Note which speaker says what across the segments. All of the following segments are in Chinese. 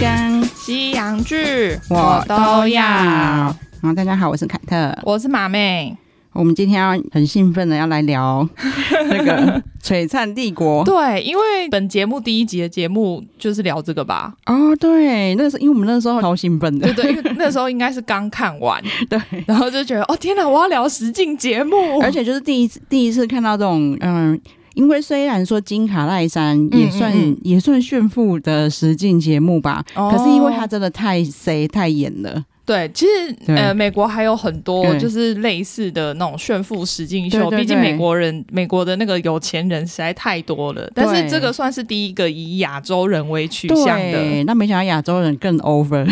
Speaker 1: 跟
Speaker 2: 西洋剧
Speaker 1: 我都要。好，大家好，我是凯特。
Speaker 2: 我是马妹，
Speaker 1: 我们今天要很兴奋的要来 聊那个璀璨帝国。
Speaker 2: 对，因为本节目第一集的节目就是聊这个吧，
Speaker 1: 哦，对，那是因为我们那时候超兴奋的
Speaker 2: 对，对，因为那时候应该是刚看完，
Speaker 1: 对。
Speaker 2: 然后就觉得哦天哪，我要聊实境节目，
Speaker 1: 而且就是第一次第一次看到这种，嗯、因为虽然说金卡赖山也算、
Speaker 2: 嗯嗯嗯
Speaker 1: 也算炫富的实境节目吧，
Speaker 2: 哦
Speaker 1: 可是因为它真的太塞太演了，
Speaker 2: 对，其实
Speaker 1: 对
Speaker 2: 呃，美国还有很多
Speaker 1: 对
Speaker 2: 就是类似的那种炫富实境秀，
Speaker 1: 对对
Speaker 2: 毕竟
Speaker 1: 对
Speaker 2: 美国人美国的那个有钱人实在太多了，但是
Speaker 1: 对
Speaker 2: 这个算是第一个以亚洲人为取向的，
Speaker 1: 对，那没想到亚洲人更 over，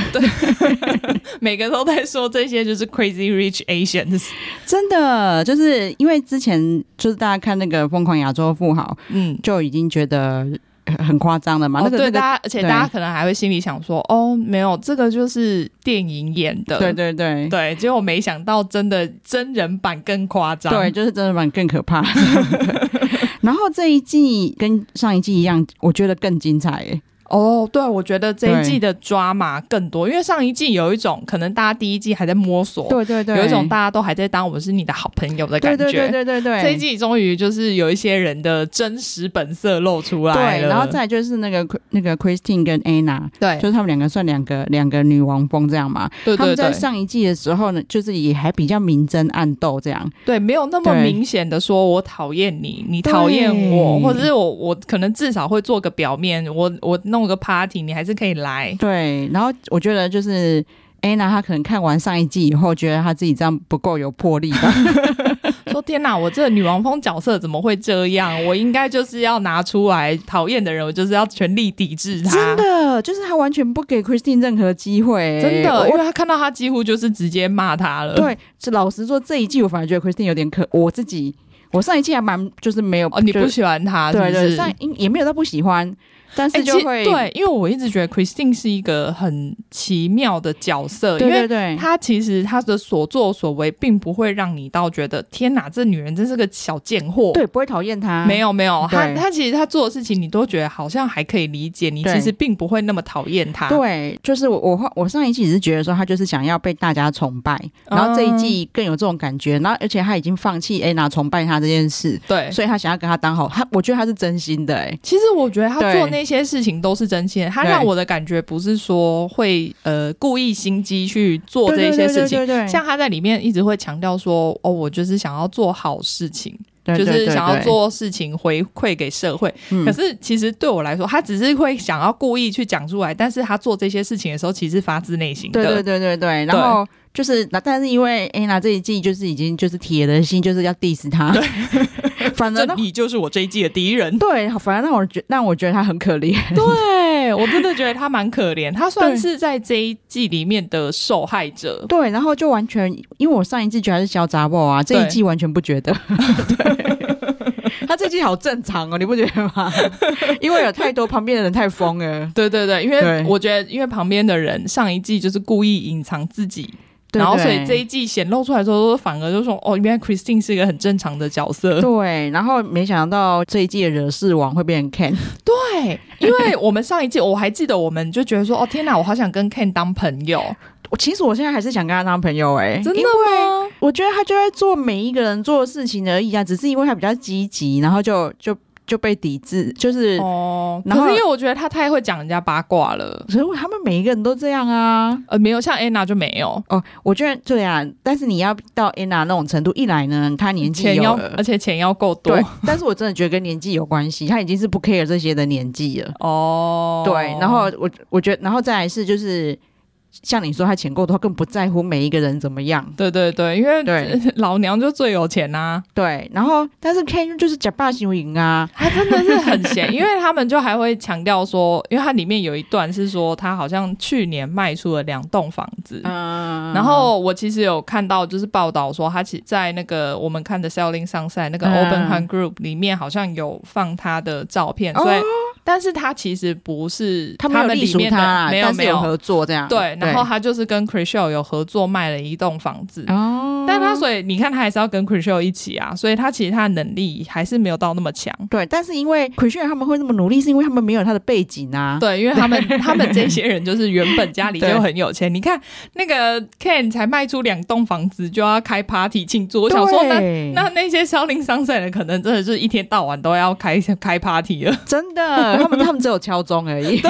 Speaker 2: 每个都在说这些就是 crazy rich Asians，
Speaker 1: 真的就是因为之前就是大家看那个《疯狂亚洲富豪》，
Speaker 2: 嗯。
Speaker 1: 就已经觉得呃很夸张了嘛。那
Speaker 2: 哦，
Speaker 1: 个
Speaker 2: 对，
Speaker 1: 那个，
Speaker 2: 大家，而且
Speaker 1: 对
Speaker 2: 大家可能还会心里想说，哦，没有，这个就是电影演的，
Speaker 1: 对对对
Speaker 2: 对，结果没想到真的真人版更夸张，
Speaker 1: 对，就是真的蛮更可 怕。然后这一季跟上一季一样，我觉得更精彩耶。
Speaker 2: 哦，对，我觉得这
Speaker 1: 对
Speaker 2: 一季的抓马更多，因为上一季有一种可能大家第一季还在摸索，
Speaker 1: 对对对，
Speaker 2: 有一种大家都还在当我们是你的好朋友的感
Speaker 1: 对
Speaker 2: 觉。
Speaker 1: 对对对对对
Speaker 2: 这一季终于就是有一些人的真实本色露出来
Speaker 1: 对，哎
Speaker 2: 了，
Speaker 1: 然后再来就是那个那个 Christine 跟 Anna，
Speaker 2: 对
Speaker 1: 就是他们两个算两个两个女王风这样嘛。
Speaker 2: 对
Speaker 1: 他
Speaker 2: 对
Speaker 1: 们在
Speaker 2: 对
Speaker 1: 上一季的时候呢，就是也还比较明争暗斗这样。
Speaker 2: 对，没有那么
Speaker 1: 对
Speaker 2: 明显的说我讨厌你，你讨厌
Speaker 1: 对
Speaker 2: 我，或者是我我可能至少会做个表面，我我弄个 party，你还是可以来，
Speaker 1: 对，然后我觉得就是。Anna 她可能看完上一季以后，觉得她自己这样不够有魄力吧，
Speaker 2: 说天哪，我这个女王风角色怎么会这样？我应该就是要拿出来，讨厌的人我就是要全力抵制他。
Speaker 1: 真的，就是他完全不给 Christine 任何机会、
Speaker 2: 真的，因
Speaker 1: 我
Speaker 2: 为他看到他几乎就是直接骂他了。，
Speaker 1: 对，是老实说，这一季我反而觉得 Christine 有点可，我自己，我上一季还蛮就是没有，
Speaker 2: 哦，你
Speaker 1: 就
Speaker 2: 不喜欢他是不
Speaker 1: 对
Speaker 2: 是？
Speaker 1: 对，上也没有到不喜欢，但
Speaker 2: 哎
Speaker 1: 是就
Speaker 2: 其实
Speaker 1: 会、
Speaker 2: 对，因为我一直觉得 Christine 是一个很奇妙的角色，
Speaker 1: 对
Speaker 2: 因
Speaker 1: 对
Speaker 2: 为
Speaker 1: 对，
Speaker 2: 她其实她的所作所为并不会让你到觉得天哪，这女人真是个小贱货。
Speaker 1: 对不会讨厌他，
Speaker 2: 没有没有，她
Speaker 1: 对
Speaker 2: 她其实她做的事情，你都觉得好像还可以理解，你
Speaker 1: 对
Speaker 2: 其实并不会那么讨厌她。
Speaker 1: 对，就是我我我上一季只是觉得说他就是想要被大家崇拜，然
Speaker 2: 嗯
Speaker 1: 后这一季更有这种感觉，然后而且他已经放弃 Anna 崇拜他这件事，
Speaker 2: 对，
Speaker 1: 所以他想要跟他当好，他我觉得他是真心的、哎，
Speaker 2: 其实我觉得他
Speaker 1: 对
Speaker 2: 做那些事情都是真心的，他
Speaker 1: 对
Speaker 2: 让我的感觉不是说会呃故意心机去做这
Speaker 1: 对
Speaker 2: 一些事情。
Speaker 1: 对对对对对
Speaker 2: 像他在里面一直会强调说，哦，我就是想要做好事情，
Speaker 1: 对
Speaker 2: 就
Speaker 1: 对
Speaker 2: 是
Speaker 1: 对
Speaker 2: 想要
Speaker 1: 对
Speaker 2: 做事情回馈给社会。
Speaker 1: 嗯
Speaker 2: 可是其实对我来说，他只是会想要故意去讲出来，但是他做这些事情的时候，其实发自内心的。
Speaker 1: 对对对对对，然后就是，那但是因为 Anna 这一季就是已经就是铁了心，就是要 diss 他， 反
Speaker 2: 这
Speaker 1: 正让
Speaker 2: 你就是我这一季的敌人。
Speaker 1: 对，反而让我觉让我觉得他很可 怜，
Speaker 2: 对我真的觉得他蛮可怜，他算
Speaker 1: 对
Speaker 2: 是在这一季里面的受害者。
Speaker 1: 对，然后就完全因为我上一季觉得他是小杂货啊，这一
Speaker 2: 对
Speaker 1: 季完全不 觉得，对，他这季好正常哦，你不觉得 吗？因为有太多旁边的人太疯了，
Speaker 2: 对对对，因
Speaker 1: 对
Speaker 2: 为我觉得，因为旁边的人上一季就是故意隐藏自己，
Speaker 1: 对
Speaker 2: 然后所
Speaker 1: 对
Speaker 2: 以这一季显露出来的时候，反而就说哦，原来 Christine 是一个很正常的角色。
Speaker 1: 对，然后没想到这一季的惹事王会变成 Ken，
Speaker 2: 对，因为我们上一季我还记得，我们就觉得说哦，天哪，我好想跟 Ken 当朋友，
Speaker 1: 我其实我现在还是想跟他当朋友哎、
Speaker 2: 真的
Speaker 1: 因为
Speaker 2: 吗？
Speaker 1: 我觉得他就在做每一个人做的事情而已啊，只是因为他比较积极，然后就就就被抵制，就是。
Speaker 2: 哦，可
Speaker 1: 然后
Speaker 2: 是因为我觉得他太会讲人家八卦了，
Speaker 1: 所以他们每一个人都这样啊。
Speaker 2: 呃，没有像 Anna 就没有。
Speaker 1: 哦，我觉得对啊，但是你要到 Anna 那种程度，一来呢，他年纪
Speaker 2: 钱
Speaker 1: 有
Speaker 2: 要，
Speaker 1: 了
Speaker 2: 而且钱要够多
Speaker 1: 对，但是我真的觉得跟年纪有关系，他已经是不 care 这些的年纪了。
Speaker 2: 哦。
Speaker 1: 对，然后我我觉得，然后再来是就是像你说，他钱够多，他更不在乎每一个人怎么样。
Speaker 2: 对对对，因为
Speaker 1: 对
Speaker 2: 老娘就最有钱啊呐、
Speaker 1: 对，然后但是 Ken 就是假霸行赢啊，
Speaker 2: 他真的是很闲，因为他们就还会强调说，因为它里面有一段是说他好像去年卖出了两栋房子。
Speaker 1: 嗯，
Speaker 2: 然后我其实有看到，就是报道说他其在那个我们看的《Selling 上赛》那个
Speaker 1: 嗯
Speaker 2: Open Hand Group 里面好像有放他的照片，
Speaker 1: 哦
Speaker 2: 所以但是他其实不是
Speaker 1: 他没有
Speaker 2: 们
Speaker 1: 隶
Speaker 2: 里
Speaker 1: 属
Speaker 2: 面
Speaker 1: 他
Speaker 2: 的
Speaker 1: 啦，
Speaker 2: 没有
Speaker 1: 但是
Speaker 2: 没
Speaker 1: 有合作这样。
Speaker 2: 对，然后他就是跟 c r i s h e l 有合作卖了一栋房子，
Speaker 1: 哦，
Speaker 2: 但但他所以你看，他还是要跟 c r i s h e l 一起啊，所以他其实他的能力还是没有到那么强。
Speaker 1: 对，但是因为奎炫他们会那么努力，是因为他们没有他的背景啊。
Speaker 2: 对，因为 他们他们这些人就是原本家里就很有钱，你看那个 Ken 才卖出两栋房子就要开 party 庆祝，我想说那
Speaker 1: 对
Speaker 2: 那那些消零伤神的可能真的是一天到晚都要开 开 party 了，
Speaker 1: 真的，他们他们只有敲钟而 已。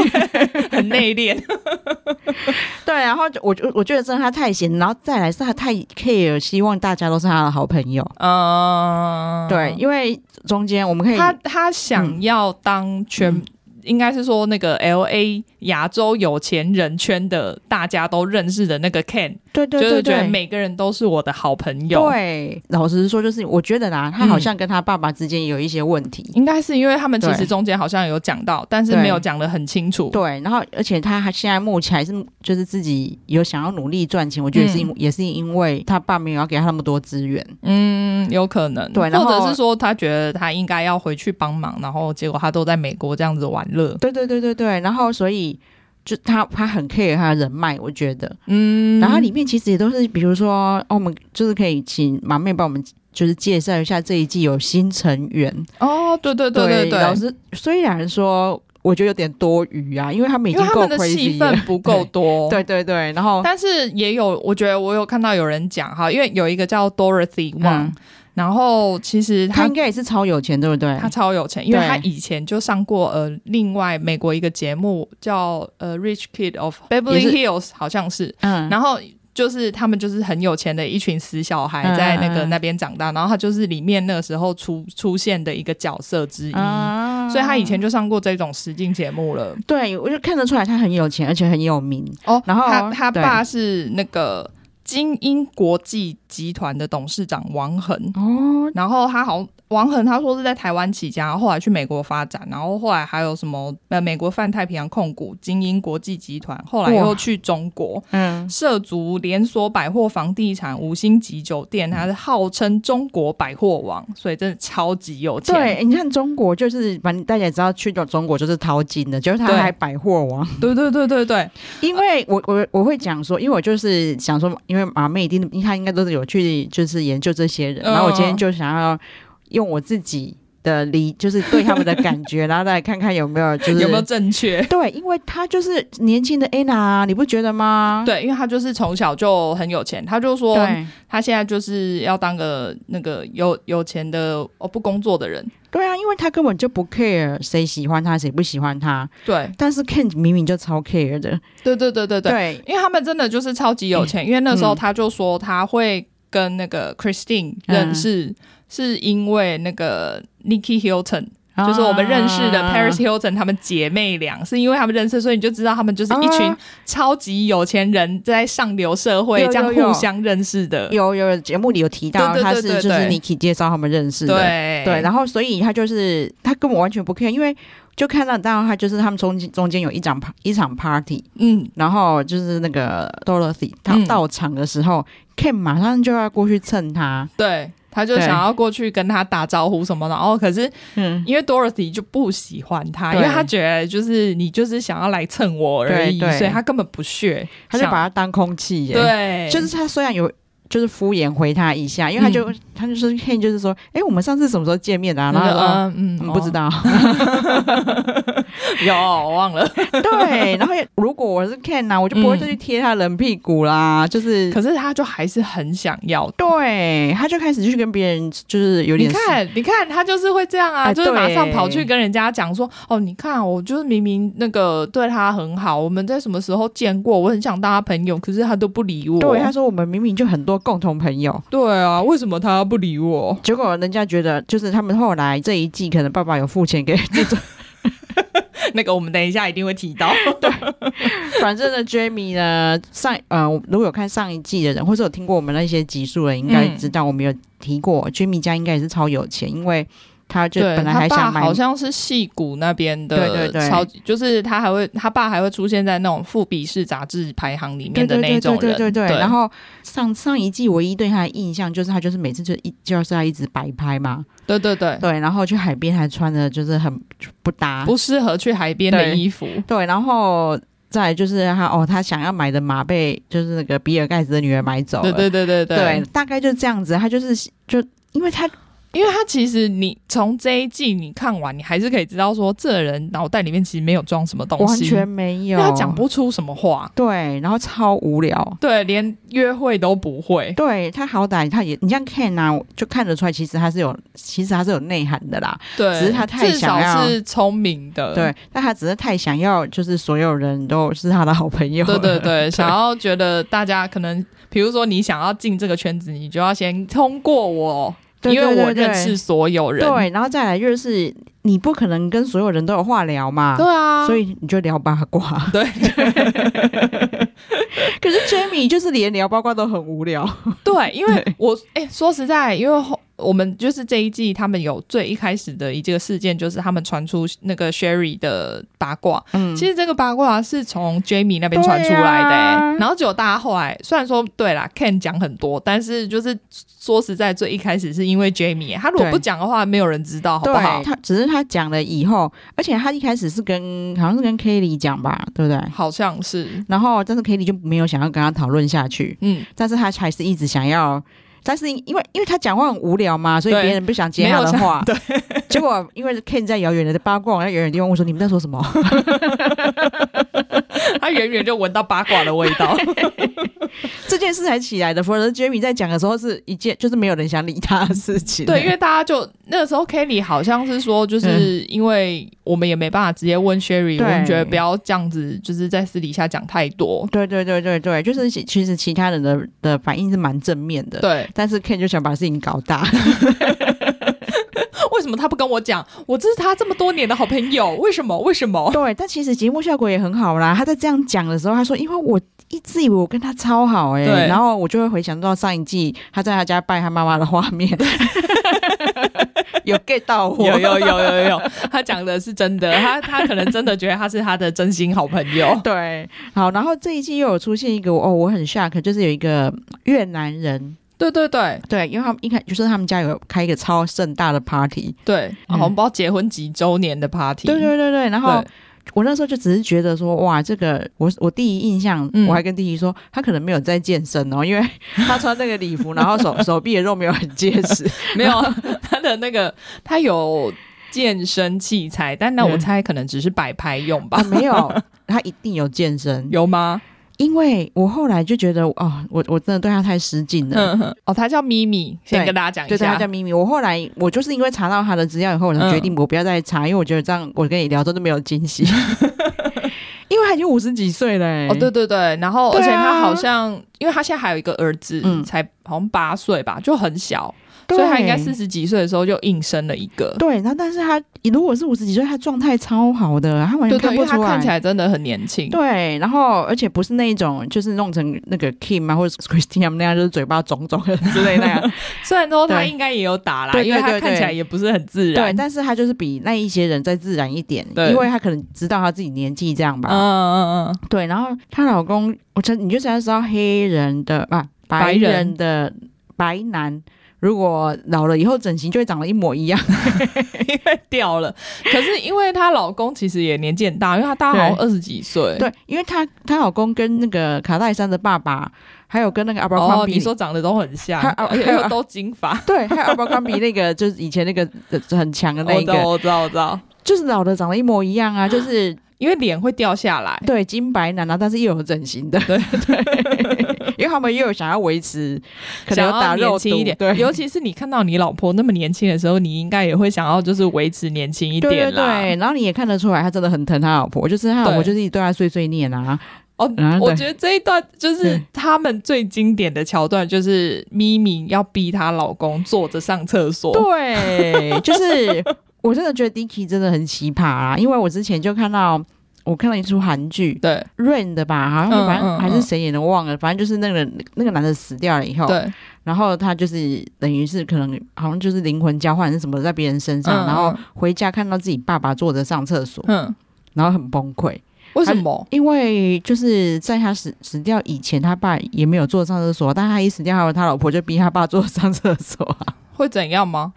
Speaker 2: 很内敛。
Speaker 1: 对，然后就我就我觉得真的他太闲，然后再来是他太 care，希望大家都是他的好朋友。
Speaker 2: 嗯，
Speaker 1: 对，因为嗯中间我们可以
Speaker 2: 他他想要当全，应该是说那个 L A 亚洲有钱人圈的大家都认识的那个 Ken，
Speaker 1: 对对
Speaker 2: 就
Speaker 1: 对
Speaker 2: 是觉得
Speaker 1: 对。
Speaker 2: 每个人都是我的好朋友。
Speaker 1: 对，老实说，就是我觉得啦，他
Speaker 2: 嗯
Speaker 1: 好像跟他爸爸之间有一些问题。
Speaker 2: 应该是因为他们其实
Speaker 1: 对
Speaker 2: 中间好像有讲到，但是
Speaker 1: 对
Speaker 2: 没有讲的很清楚。
Speaker 1: 对，然后而且他还现在目前还是就是自己有想要努力赚钱，我觉得也是因、也是因为他爸没有要给他那么多资源。
Speaker 2: 嗯，有可能。
Speaker 1: 对然
Speaker 2: 或
Speaker 1: 后
Speaker 2: 者是说他觉得他应该要回去帮忙，然后结果他都在美国这样子玩乐。
Speaker 1: 对对对对对，然后所以就他他很 care 他的人脉，我觉得。
Speaker 2: 嗯，
Speaker 1: 然后里面其实也都是，比如说，哦，我们就是可以请马妹帮我们就是介绍一下这一季有新成员。
Speaker 2: 哦，对对对对
Speaker 1: 老
Speaker 2: 对，
Speaker 1: 师虽然说我觉得有点多余啊，因为他们已
Speaker 2: 因
Speaker 1: 经
Speaker 2: 为他
Speaker 1: 够
Speaker 2: 们的
Speaker 1: crazy
Speaker 2: 戏
Speaker 1: 了
Speaker 2: 份。不够 多。
Speaker 1: 对对对，然后
Speaker 2: 但是也有，我觉得我有看到有人讲哈，因为有一个叫 Dorothy Wang，、
Speaker 1: 嗯
Speaker 2: 然后其实
Speaker 1: 他
Speaker 2: 他
Speaker 1: 应该也是超有钱，对不对
Speaker 2: 他？超有钱，因为
Speaker 1: 对
Speaker 2: 他以前就上过呃另外美国一个节目叫呃 Rich Kid of Beverly
Speaker 1: 也是
Speaker 2: Hills，好像是，
Speaker 1: 嗯，
Speaker 2: 然后。就是他们就是很有钱的一群死小孩，
Speaker 1: 嗯
Speaker 2: 在那个
Speaker 1: 嗯嗯
Speaker 2: 那边长大，然后他就是里面那个时候出出现的一个角色之一，
Speaker 1: 啊
Speaker 2: 所以他以前就上过这种实境节目了。
Speaker 1: 对我就看得出来他很有钱，而且很有名。
Speaker 2: 哦，
Speaker 1: 然后
Speaker 2: 他他
Speaker 1: 对
Speaker 2: 爸是那个精英国际集团的董事长王恒，
Speaker 1: 哦，
Speaker 2: 然后他好像王恒他说是在台湾起家，后来去美国发展，然后后来还有什么呃美国泛太平洋控股精英国际集团，后来又
Speaker 1: 哇
Speaker 2: 去中国。
Speaker 1: 嗯，
Speaker 2: 涉足连锁百货、房地产、五星级酒店，他是号称中国百货王，所以真的超级有钱。
Speaker 1: 对，你看中国就是，反正大家也知道，去到中国就是淘金的，就是他
Speaker 2: 对
Speaker 1: 还百货王。
Speaker 2: 对对对对对，
Speaker 1: 因为我我我会讲说，因为我就是想说，因为马妹一定她应该都是有去就是研究这些人，
Speaker 2: 嗯
Speaker 1: 然后我今天就想要用我自己的理，就是对他们的感觉， 然后来看看有没有就是
Speaker 2: 有没有正确？
Speaker 1: 对，因为她就是年轻的 Anna，啊你不觉得吗？
Speaker 2: 对，因为他就是从小就很有钱，他就说
Speaker 1: 对
Speaker 2: 他现在就是要当个那个有有钱的哦不工作的人。
Speaker 1: 对啊，因为她根本就不 care 谁喜欢她谁不喜欢她，
Speaker 2: 对
Speaker 1: 但是 Ken 明明就超 care 的，
Speaker 2: 对对对对对，
Speaker 1: 对
Speaker 2: 因为他们真的就是超级有钱，因为那时候他就说他会跟那个 Christine 认识，是因为那个 Nikki Hilton。就是我们认识的
Speaker 1: 啊
Speaker 2: Paris Hilton，她们姐妹俩是因为她们认识，所以你就知道她们就是一群
Speaker 1: 啊
Speaker 2: 超级有钱人，在上流社会
Speaker 1: 有
Speaker 2: 这样
Speaker 1: 有有
Speaker 2: 互相认识的。
Speaker 1: 有有有节目里有提到，
Speaker 2: 对对
Speaker 1: 她
Speaker 2: 对
Speaker 1: 是就
Speaker 2: 对
Speaker 1: 是
Speaker 2: 对
Speaker 1: Niki 介绍他们认识的，
Speaker 2: 对
Speaker 1: 对，然后所以他就是他根本完全不 care，因为就看到当然他就是他们中间中间有一场一场 party，
Speaker 2: 嗯，
Speaker 1: 然后就是那个 Dorothy 他
Speaker 2: 嗯
Speaker 1: 到场的时候、k e n 马上就要过去蹭他，
Speaker 2: 对，他就
Speaker 1: 对
Speaker 2: 想要过去跟他打招呼什么，然后可是
Speaker 1: 嗯，
Speaker 2: 因为 Dorothy 就不喜欢他，因
Speaker 1: 对
Speaker 2: 为他觉得就是你就是想要来蹭我而已，
Speaker 1: 对对
Speaker 2: 所以他根本不屑，
Speaker 1: 他就
Speaker 2: 想
Speaker 1: 把他当空气耶，，
Speaker 2: 对，
Speaker 1: 就是他虽然有。就是敷衍回他一下，因为他就、
Speaker 2: 嗯
Speaker 1: 他就说 Ken 就是说，哎、我们上次什么时候见面的、啊？
Speaker 2: 那
Speaker 1: 然后他
Speaker 2: 个
Speaker 1: 说、
Speaker 2: 嗯
Speaker 1: 嗯不知，
Speaker 2: 哦
Speaker 1: 道。
Speaker 2: 有我忘了。
Speaker 1: 对，然后也如果我是 Ken 啊，我就不会再去贴他冷屁股啦。就是
Speaker 2: 可是他就还是很想要。
Speaker 1: 对，他就开始去跟别人就是有
Speaker 2: 你
Speaker 1: 点
Speaker 2: 看，你看，他就是会这样啊，
Speaker 1: 哎
Speaker 2: 就是马上
Speaker 1: 对
Speaker 2: 跑去跟人家讲说：“哦，你看，我就是明明那个对他很好，我们在什么时候见过？我很想当他朋友，可是他都不理我。
Speaker 1: 对，他说我们明明就很多共同朋友，
Speaker 2: 对啊，为什么他不理我？
Speaker 1: 结果人家觉得就是他们后来这一季可能爸爸有付钱给这种，
Speaker 2: 那个我们等一下一定会 提到。
Speaker 1: 反正呢 Jamie 呢上呃 如果有看上一季的人，或是有听过我们那些集数的人，应该知道我们有提过 Jamie 家应该也是超有钱，因为他就
Speaker 2: 对
Speaker 1: 本来
Speaker 2: 他
Speaker 1: 还
Speaker 2: 爸
Speaker 1: 想买
Speaker 2: 好像是戏谷那边的，
Speaker 1: 对对对
Speaker 2: 超级就是他还会他爸还会出现在那种富比士杂志排行里面
Speaker 1: 对
Speaker 2: 的
Speaker 1: 对
Speaker 2: 那一
Speaker 1: 对
Speaker 2: 种
Speaker 1: 对
Speaker 2: 人，
Speaker 1: 对对对，
Speaker 2: 对
Speaker 1: 然后上上一季唯一对他的印象就是他就是每次就一就是要一直摆拍嘛，
Speaker 2: 对对对，
Speaker 1: 对，然后去海边还穿的就是很不搭，
Speaker 2: 不适合去海边的
Speaker 1: 对
Speaker 2: 衣服。
Speaker 1: 对，然后再来就是他哦，他想要买的马被就是那个比尔盖茨的女儿买走了，
Speaker 2: 对对对对
Speaker 1: 对大概就这样子。他就是就因为他
Speaker 2: 因为他其实你从这一季你看完，你还是可以知道说，这人脑袋里面其实没有装什么东西，
Speaker 1: 完全没
Speaker 2: 因
Speaker 1: 有，
Speaker 2: 为他讲不出什么话，
Speaker 1: 对，然后超无聊。
Speaker 2: 对，连约会都不会。
Speaker 1: 对他好歹他也，你像 Ken 啊，就看得出来，其实他是有，其实他是有内涵的啦。
Speaker 2: 对，
Speaker 1: 只是他太
Speaker 2: 至
Speaker 1: 想要
Speaker 2: 少是聪明的，
Speaker 1: 对，但他只是太想要，就是所有人都是他的好朋友
Speaker 2: 对
Speaker 1: 了。
Speaker 2: 对对，想要觉得大家可能，比如说你想要进这个圈子，你就要先通过我，
Speaker 1: 对
Speaker 2: 因为我认。
Speaker 1: 对对
Speaker 2: 识所有人。
Speaker 1: 对，然后再来就是你不可能跟所有人都有话聊嘛，
Speaker 2: 对啊，
Speaker 1: 所以你就聊八卦。
Speaker 2: 对
Speaker 1: 可是 Jamie 就是连聊八卦都很无聊，
Speaker 2: 对，因为我哎、说实在，因为后我们就是这一季，他们有最一开始的一这个事件，就是他们传出那个 Sherry 的八卦。
Speaker 1: 嗯
Speaker 2: 其实这个八卦是从 Jamie 那边传出来的、欸
Speaker 1: 对啊
Speaker 2: 然后结果大家后来虽然说对啦，Ken 讲很多，但是就是说实在，最一开始是因为 Jamie，欸他如果
Speaker 1: 对
Speaker 2: 不讲的话，没有人知道，好
Speaker 1: 对
Speaker 2: 不好？
Speaker 1: 他只是他讲了以后，而且他一开始是跟好像是跟 Kelly 讲吧，对不对？
Speaker 2: 好像是，
Speaker 1: 然后但是 Kelly 就没有想要跟他讨论下去，
Speaker 2: 嗯，
Speaker 1: 但是他还是一直想要。但是因为因为他讲话很无聊嘛，所以
Speaker 2: 对
Speaker 1: 别人不想接他的话。对， 结果因为 Ken 在遥远的八卦网在遥远的地方，我说你们在说什么？
Speaker 2: 他远远就闻到八卦的味道。
Speaker 1: 这件事才起来的。否则 Jamie 在讲的时候是一件就是没有人想理他的事情。
Speaker 2: 对，因为大家就那个时候 Kelly 好像是说，就是因为我们也没办法直接问 Sherry，
Speaker 1: 对
Speaker 2: 我们觉得不要这样子，就是在私底下讲太多。
Speaker 1: 对对对对对，就是其其实其他人的的反应是蛮正面的。
Speaker 2: 对，
Speaker 1: 但是 Ken 就想把事情搞大，
Speaker 2: 为什么他不跟我讲？我这是他这么多年的好朋友，为什么？为什么？
Speaker 1: 对，但其实节目效果也很好啦。他在这样讲的时候，他说：“因为我一直以为我跟他超好哎、
Speaker 2: 对
Speaker 1: 然后我就会回想到上一季他在他家拜他妈妈的画 面，有 get 到我。。
Speaker 2: 有有有有有， 他讲的是真的，他他可能真的觉得他是他的真心好朋友
Speaker 1: 对，好，然后这一季又有出现一个哦，我很 shock，就是有一个越南人，
Speaker 2: 对对对
Speaker 1: 对，因为他们一开就是他们家有开一个超盛大的 party，
Speaker 2: 对，
Speaker 1: 嗯
Speaker 2: 红包结婚几周年的 party。
Speaker 1: 对对对对，然后
Speaker 2: 对
Speaker 1: 我那时候就只是觉得说，哇，这个我我第一印象，
Speaker 2: 嗯
Speaker 1: 我还跟弟弟说，他可能没有在健身哦，因 为他穿那个礼服，然后手手臂的肉没有很结 实。
Speaker 2: 没有他的那个，他有健身器材，但那我
Speaker 1: 嗯
Speaker 2: 猜可能只是摆拍用吧
Speaker 1: 啊，？没有，他一定有健身，
Speaker 2: 有吗？
Speaker 1: 因为我后来就觉得，哦，我我真的对他太失敬了。
Speaker 2: 嗯，哦，他叫咪咪，先
Speaker 1: 对
Speaker 2: 跟大家讲
Speaker 1: 对，
Speaker 2: 一
Speaker 1: 他
Speaker 2: 下
Speaker 1: 叫。咪咪。我后来我就是因为查到他的资料以后，我才
Speaker 2: 嗯
Speaker 1: 决定我不要再查，因为我觉得这样我跟你聊真的没有惊 喜，因为他已经五十几岁了、欸。
Speaker 2: 哦，对对对，然后
Speaker 1: 对啊
Speaker 2: 而且他好像，因为他现在还有一个儿子
Speaker 1: 嗯，
Speaker 2: 才好像八岁吧，就很小，
Speaker 1: 对，
Speaker 2: 所以他应该四十几岁的时候就硬生了一个。
Speaker 1: 对，然后但是他如果是五十几岁，他状态超好的，他完
Speaker 2: 对
Speaker 1: 全看
Speaker 2: 对，因
Speaker 1: 不
Speaker 2: 为他
Speaker 1: 出来。
Speaker 2: 看起来真的很年轻。
Speaker 1: 对，然后而且不是那一种，就是弄成那个 Kim 啊或者 Christina 那样，就是嘴巴肿肿的之类那样。
Speaker 2: 虽 然说他
Speaker 1: 对
Speaker 2: 应该也有打啦，
Speaker 1: 对对
Speaker 2: 因为他
Speaker 1: 对对
Speaker 2: 看起来也不是很自
Speaker 1: 对，
Speaker 2: 然。
Speaker 1: 但是他就是比那一些人再自然一点，
Speaker 2: 对
Speaker 1: 因为他可能知道他自己年纪这样
Speaker 2: 嗯
Speaker 1: 吧。
Speaker 2: 嗯嗯嗯，
Speaker 1: 对，然后她老公，我真你就只要知道黑人的啊，白
Speaker 2: 白
Speaker 1: 人
Speaker 2: 人
Speaker 1: 的白男。如果老了以后整形就会长得一模一样，
Speaker 2: 掉了。可是因为她老公其实也年纪很大，因为他大概好像
Speaker 1: 对
Speaker 2: 二十几岁。
Speaker 1: 对，因为她她老公跟那个卡戴珊的爸爸，还有跟那个阿巴
Speaker 2: 哦
Speaker 1: 康，比，
Speaker 2: 你说长得都很像
Speaker 1: 他，哦
Speaker 2: 而且
Speaker 1: 还有
Speaker 2: 又都金发。
Speaker 1: 对，还有阿宝康比那个就是以前那个呃很强的那
Speaker 2: 我
Speaker 1: 一
Speaker 2: 知
Speaker 1: 个，
Speaker 2: 道，我知道，我知道，
Speaker 1: 就是老的长得一模一样 啊，就是
Speaker 2: 因为脸会掉下来。
Speaker 1: 对金白男啊，但是又有整形的，对对， 因为他们又有想要维持，可能
Speaker 2: 想
Speaker 1: 有打
Speaker 2: 要
Speaker 1: 肉
Speaker 2: 年
Speaker 1: 毒
Speaker 2: 轻一点，
Speaker 1: 对，
Speaker 2: 尤其是你看到你老婆那么年轻的时候，你应该也会想要就是维持年轻一
Speaker 1: 对对
Speaker 2: 点啦。
Speaker 1: 对，然后你也看得出来，他真的很疼他老婆，就是他老婆
Speaker 2: 对
Speaker 1: 就是一直对他碎碎念啊，啊
Speaker 2: 哦，
Speaker 1: 对
Speaker 2: 我觉得这一段就是
Speaker 1: 对
Speaker 2: 他们最经典的桥段，就是咪咪要逼她老公坐着上厕所。
Speaker 1: 对，就是我真的觉得 Dicky 真的很奇葩啊，因为我之前就看到我看到一出韩剧
Speaker 2: 对
Speaker 1: Rain 的吧，好像
Speaker 2: 嗯
Speaker 1: 反正
Speaker 2: 嗯
Speaker 1: 还是
Speaker 2: 嗯
Speaker 1: 谁演的忘了，反正就是那个人那个男的死掉了以后，
Speaker 2: 对，
Speaker 1: 然后他就是等于是可能好像就是灵魂交换还是什么在别人身上，
Speaker 2: 嗯
Speaker 1: 然后回家看到自己爸爸坐着上厕所，
Speaker 2: 嗯，
Speaker 1: 然后很崩溃，
Speaker 2: 为什么？
Speaker 1: 因为就是在他死死掉以前，他爸也没有坐上厕所，但他一死掉后，他老婆就逼他爸坐上厕所啊、
Speaker 2: 会怎样吗？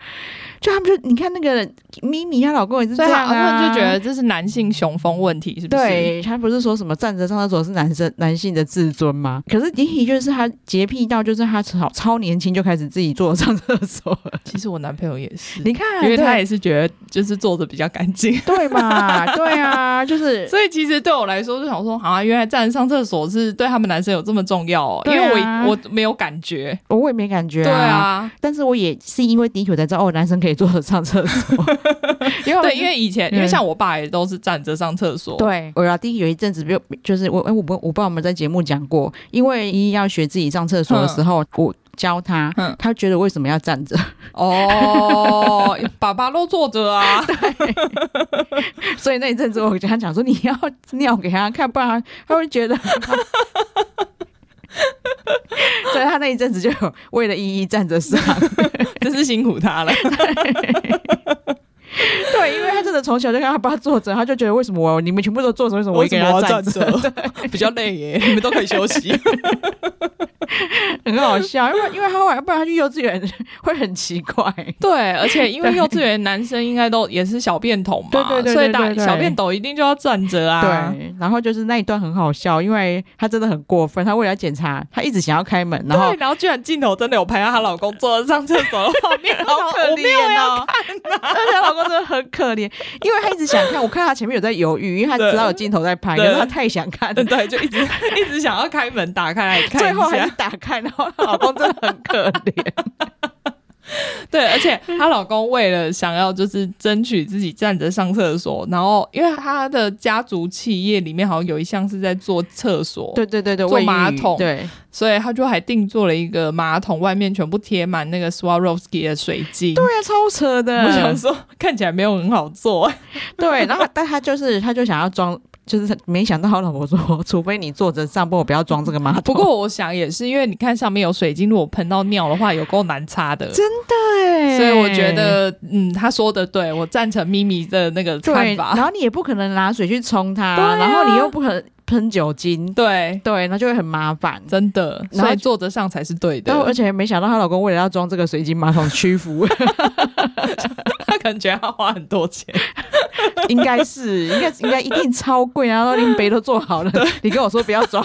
Speaker 1: 就他们就你看那个咪咪，她老公也是
Speaker 2: 所
Speaker 1: 这
Speaker 2: 以
Speaker 1: 样
Speaker 2: 他
Speaker 1: 啊，
Speaker 2: 们就觉得这是男性雄风问题，是不是？
Speaker 1: 对他不是说什么站着上厕所是男生男性的自尊吗？可是迪迪就是他洁癖到，就是他超超年轻就开始自己坐上厕所 了。
Speaker 2: 其实我男朋友也是，
Speaker 1: 你看，
Speaker 2: 因为他
Speaker 1: 对啊
Speaker 2: 也是觉得就是做的比较干净，
Speaker 1: 对嘛，对啊，就是
Speaker 2: 所以其实对我来说就想说，啊，原来站着上厕所是对他们男生有这么重要哦，因
Speaker 1: 对
Speaker 2: 为
Speaker 1: 啊
Speaker 2: 我我没有感觉，
Speaker 1: 我也没感觉、
Speaker 2: 对啊，
Speaker 1: 但是我也是因为迪球才知道哦，男生可以坐着上厕 所，因为
Speaker 2: 对，因为以前
Speaker 1: 嗯
Speaker 2: 因为像我爸也都是站着上厕所，
Speaker 1: 对，我老弟有一阵子就就是我哎，我不我不知道我们在节目讲过，因为一要学自己上厕所的时候，我教他
Speaker 2: 嗯，
Speaker 1: 他觉得为什么要站着，
Speaker 2: 哦，爸爸都坐 着啊，
Speaker 1: 所以那一阵子我跟他讲说你要尿给他看，不然他会 觉得。 所以他那一阵子就有为了依依站着上，
Speaker 2: 真是辛苦他了。
Speaker 1: 对，因为他真的从小就看他爸坐着，他就觉得为什么我你们全部都坐着，为 什么我
Speaker 2: 为
Speaker 1: 一个
Speaker 2: 什
Speaker 1: 人
Speaker 2: 么我要
Speaker 1: 站
Speaker 2: 站着？ 比较累耶，你们都可以休息。
Speaker 1: 很好笑，因为因为他后来不然他去幼稚园 会很奇怪。
Speaker 2: 对，而且因为幼稚园男生应该都也是小便桶嘛，
Speaker 1: 对对对对
Speaker 2: 所以打
Speaker 1: 对对
Speaker 2: 小便斗一定就要站着啊。
Speaker 1: 对，然后就是那一段很好笑，因为他真的很过分，他为了要检查，他一直想要开门，然后
Speaker 2: 对，然后居然镜头真的有拍到她老公坐在上厕所的画面，好
Speaker 1: 好
Speaker 2: 可
Speaker 1: 可
Speaker 2: 怜
Speaker 1: 怜哦，
Speaker 2: 啊
Speaker 1: 而且她老公真的很可怜，因为他一直想看，我看他前面有在犹豫，因为他知道有镜头在拍，可
Speaker 2: 对
Speaker 1: 是他太想 看了，
Speaker 2: 对，就一直 一直想要开门打开来看
Speaker 1: 最后
Speaker 2: 一
Speaker 1: 还
Speaker 2: 下
Speaker 1: 是。打开，然后她老公真的很可怜，
Speaker 2: 对，而且她老公为了想要就是争取自己站着上厕所，然后因为她的家族企业里面好像有一项是在 做厕所，
Speaker 1: 对对对对，
Speaker 2: 坐
Speaker 1: 卫浴
Speaker 2: 马桶
Speaker 1: 对，
Speaker 2: 所以她就还定做了一个马桶，外面全部贴满那个 Swarovski 的水晶。
Speaker 1: 对啊，超扯的，
Speaker 2: 我想说，看起来没有很好 做，
Speaker 1: 对，然后但他就是他就想要装，就是没想到他老婆说，除非你坐着上，不然我不要装这个马桶。
Speaker 2: 不过我想也是，因为你看上面有水晶，如果喷到尿的话，有够难擦的。
Speaker 1: 真对，
Speaker 2: 所以我觉得，嗯，他说的对，我赞成咪咪的那个
Speaker 1: 对，
Speaker 2: 看
Speaker 1: 然
Speaker 2: 法。
Speaker 1: 后你也不可能拿水去冲它，
Speaker 2: 对啊
Speaker 1: 然后你又不可能喷酒精，
Speaker 2: 对，
Speaker 1: 对，那就会很麻烦。
Speaker 2: 真的，
Speaker 1: 然后
Speaker 2: 所以坐着上才是对
Speaker 1: 但
Speaker 2: 的
Speaker 1: 我。 而且没想到她老公为了要装这个水晶马桶屈 服，
Speaker 2: 他可能觉得他花很多钱，
Speaker 1: 应该是应该应该一定超贵，然后林北都做好了，你跟我说不要 装，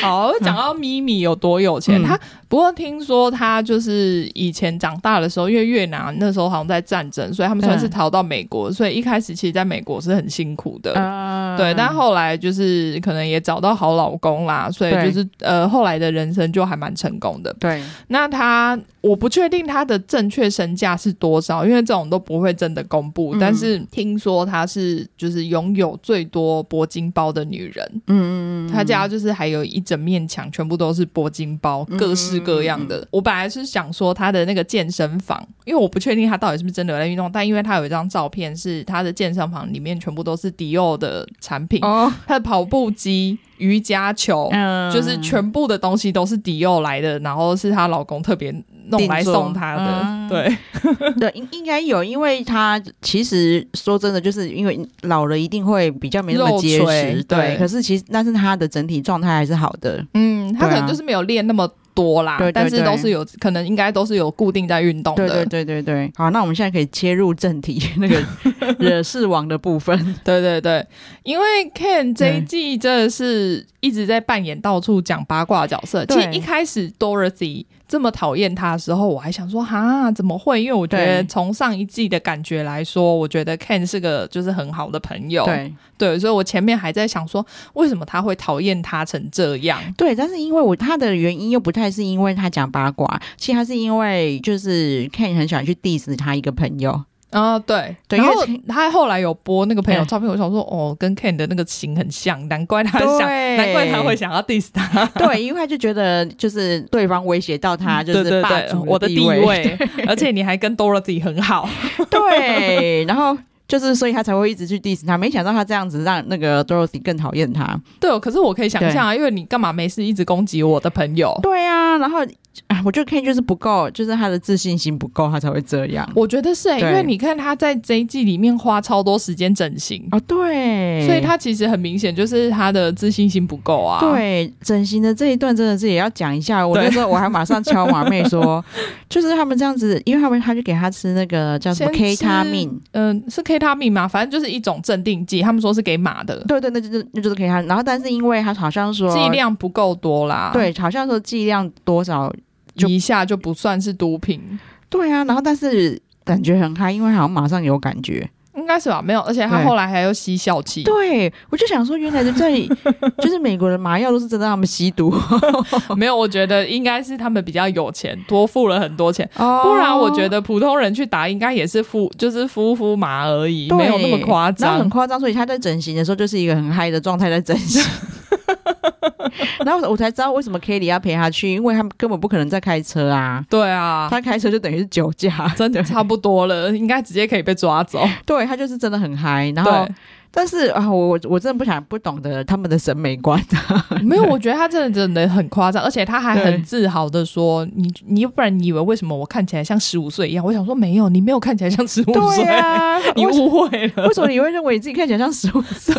Speaker 2: 好，讲到咪咪有多有钱，
Speaker 1: 嗯
Speaker 2: 他不过听说他就是以前长大的时候，因为越南那时候好像在战争，所以他们算是
Speaker 1: 嗯
Speaker 2: 逃到美国，所以一开始其实在美国是很辛苦的。
Speaker 1: 啊
Speaker 2: 对，但后来就是可能也找到好老公啦，所以
Speaker 1: 对
Speaker 2: 就是呃，后来的人生就还蛮成功的。
Speaker 1: 对
Speaker 2: 那他我不确定他的正确身价是多少，因为这种都不会真的公布。
Speaker 1: 嗯
Speaker 2: 但是听说她是就是拥有最多铂金包的女人，嗯嗯嗯，她家就是还有一整面墙全部都是铂金包，各式各样的。我本来是想说她的那个健身房，因为我不确定她到底是不是真的有在运动，但因为她有一张照片是她的健身房里面全部都是迪奥的产品，
Speaker 1: 哦，
Speaker 2: 她的跑步机、瑜伽球，
Speaker 1: 嗯
Speaker 2: 就是全部的东西都是迪奥来的，然后是她老公特别弄来送她
Speaker 1: 定
Speaker 2: 的，
Speaker 1: 做
Speaker 2: 对，
Speaker 1: 对应应该有，因为她其实说真的，就是因为老了一定会比较没那么结
Speaker 2: 肉垂
Speaker 1: 实，对
Speaker 2: 对。
Speaker 1: 可是其实但是她的整体状态还是好的，
Speaker 2: 嗯，她可能就是没有练那么多啦，
Speaker 1: 对对
Speaker 2: 但是
Speaker 1: 对
Speaker 2: 都是有可能应该都是有固定在运动的，
Speaker 1: 对对对对对，好，那我们现在可以切入正题，那个 惹事王的部分。
Speaker 2: 对对对因为 Ken 这一季真的是一直在扮演到处讲八卦的角色，其
Speaker 1: 对
Speaker 2: 实一开始 Dorothy。这么讨厌他的时候，我还想说哈，怎么会？因为我觉得
Speaker 1: 对
Speaker 2: 从上一季的感觉来说，我觉得 Ken 是个就是很好的朋友，
Speaker 1: 对
Speaker 2: 对，所以我前面还在想说，为什么他会讨厌他成这样？
Speaker 1: 对，但是因为我他的原因又不太是因为他讲八卦，其实他是因为就是 Ken 很喜欢去 diss 他一个朋友。
Speaker 2: 啊、对，
Speaker 1: 哦对
Speaker 2: 然
Speaker 1: 因
Speaker 2: 后
Speaker 1: 为
Speaker 2: 他后来有播那个朋友
Speaker 1: 嗯
Speaker 2: 照片，我想说，哦，跟 Ken 的那个型很像，难怪他
Speaker 1: 对
Speaker 2: 想，难怪他会想要 diss 他，
Speaker 1: 对，因为他就觉得就是对方威胁到他，就
Speaker 2: 对对
Speaker 1: 是霸
Speaker 2: 嗯对，
Speaker 1: 主
Speaker 2: 我的
Speaker 1: 地
Speaker 2: 地
Speaker 1: 位。
Speaker 2: 位， 而且你还跟 Dorothy 很好，
Speaker 1: 对，然后。就是，所以他才会一直去 diss 他。没想到他这样子让那个 Dorothy 更讨厌他。
Speaker 2: 对哦，可是我可以想象啊，因为你干嘛没事一直攻击我的朋友？
Speaker 1: 对啊，然后哎，我觉得 K 就是不够，就是他的自信心不够，他才会这样。
Speaker 2: 我觉得是、欸，因
Speaker 1: 对
Speaker 2: 为你看他在这一季里面花超多时间整形，
Speaker 1: 哦，对，
Speaker 2: 所以他其实很明显就是他的自信心不够啊。，
Speaker 1: 对整形的这一段真的是也要讲一下。我
Speaker 2: 对
Speaker 1: 那时候我还马上敲马妹 说，就是他们这样子，因为他们他就给他吃那个叫什么
Speaker 2: 先
Speaker 1: K
Speaker 2: 吃
Speaker 1: 他命，
Speaker 2: 嗯、是 K 他命嘛，反正就是一种镇定剂，他们说是给马的，
Speaker 1: 对对，那就是那就是 K 他。然后但是因为他好像说
Speaker 2: 剂量不够多啦，，
Speaker 1: 对，好像说剂量多少，就
Speaker 2: 一下就不算是毒品，
Speaker 1: 对啊。然后但是感觉很嗨，因为好像马上有感觉。
Speaker 2: 应该是吧？没有，而且他
Speaker 1: 对
Speaker 2: 后来还有吸笑气，
Speaker 1: 对，我就想说，原来在 这里就是美国的麻药都是真的让他们吸毒，
Speaker 2: 没有，我觉得应该是他们比较有钱，多付了很多钱。
Speaker 1: 哦
Speaker 2: 不然我觉得普通人去打应该也是敷，就是敷敷麻而已，
Speaker 1: 对
Speaker 2: 没有那么夸
Speaker 1: 然后很
Speaker 2: 张。
Speaker 1: 夸张，所以他在整形的时候就是一个很嗨的状态在整 形。然后我才知道为什么 Kelly 要陪他去，因为他们根本不可能在开车啊，
Speaker 2: 对啊，
Speaker 1: 他开车就等于是酒驾，
Speaker 2: 真的差不多了，应该直接可以被抓走。
Speaker 1: 对他就是真的很嗨。 然后，
Speaker 2: 对，
Speaker 1: 但是啊，我我我真的不想不懂得他们的审美观，啊
Speaker 2: 没有，我觉得他真的真的很夸张，而且他还
Speaker 1: 对
Speaker 2: 很自豪的说：“你你不然你以为为什么我看起来像十五岁一样？”我想说没有，你没有看起来像十五 岁，
Speaker 1: 啊，
Speaker 2: 你
Speaker 1: 为什
Speaker 2: 误会了。
Speaker 1: 为什么你会认为你自己看起来像十五岁？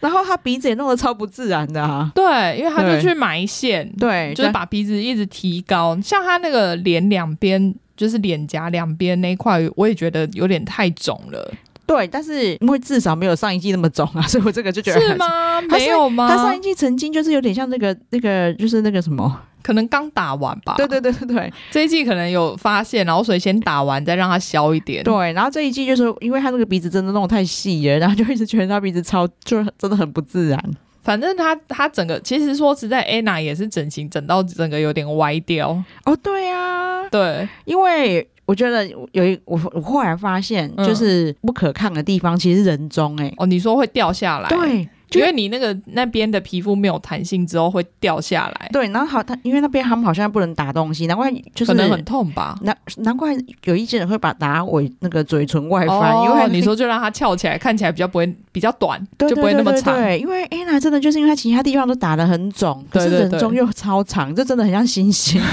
Speaker 1: 然后他鼻子也弄得超不自然的啊，
Speaker 2: 对，因为他就
Speaker 1: 对
Speaker 2: 去埋线，
Speaker 1: 对，
Speaker 2: 就是把鼻子一直提高，像他那个脸两边，就是脸颊两边那一块，我也觉得有点太肿了，
Speaker 1: 对，但是因为至少没有上一季那么肿啊，所 以我这个就觉得
Speaker 2: 是
Speaker 1: 还
Speaker 2: 吗？
Speaker 1: 他
Speaker 2: 没
Speaker 1: 上
Speaker 2: 有吗？
Speaker 1: 他上一季曾经就是有点像那个那个，就是那个什么，
Speaker 2: 可能刚打完吧，
Speaker 1: 对，对对对对
Speaker 2: 这一季可能有发现，然后所以先打完，再让它消一点。
Speaker 1: 对。然后这一季就是因为他那个鼻子真的弄得太细了，然后就一直觉得他鼻子超，就真的很不自然。
Speaker 2: 反正他他整个其实说实在，Anna 也是整形整到整个有点歪掉，
Speaker 1: 哦，对啊，
Speaker 2: 对，
Speaker 1: 因为。我觉得有一我我后来发现，
Speaker 2: 嗯
Speaker 1: 就是不可抗的地方其实是人中哎、
Speaker 2: 哦，你说会掉下来，，
Speaker 1: 对就
Speaker 2: 因为你那个那边的皮肤没有弹性之后会掉下来，
Speaker 1: 对，然后好他因为那边他们好像不能打东西，难怪就是
Speaker 2: 嗯可能很痛吧。
Speaker 1: 难难怪有一些人会把打尾那个嘴唇外翻，
Speaker 2: 哦
Speaker 1: 因为
Speaker 2: 你说就让它翘起来，看起来比较不会比较短，
Speaker 1: 对
Speaker 2: 就不会那么长
Speaker 1: 对。对对对因为 Anna 真的就是因为她其他地方都打得很肿，可
Speaker 2: 对
Speaker 1: 是
Speaker 2: 对对
Speaker 1: 人中又超长，这真的很像星星。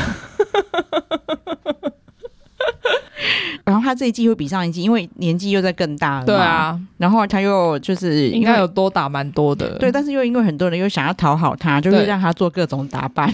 Speaker 1: 然后她这一季会比上一季，因为年纪又在更大了嘛
Speaker 2: 对。啊，
Speaker 1: 然后她又就是
Speaker 2: 应该
Speaker 1: 因为
Speaker 2: 有多打蛮多的。
Speaker 1: 对，但是又因为很多人又想要讨好她，就会
Speaker 2: 对
Speaker 1: 让她做各种打扮。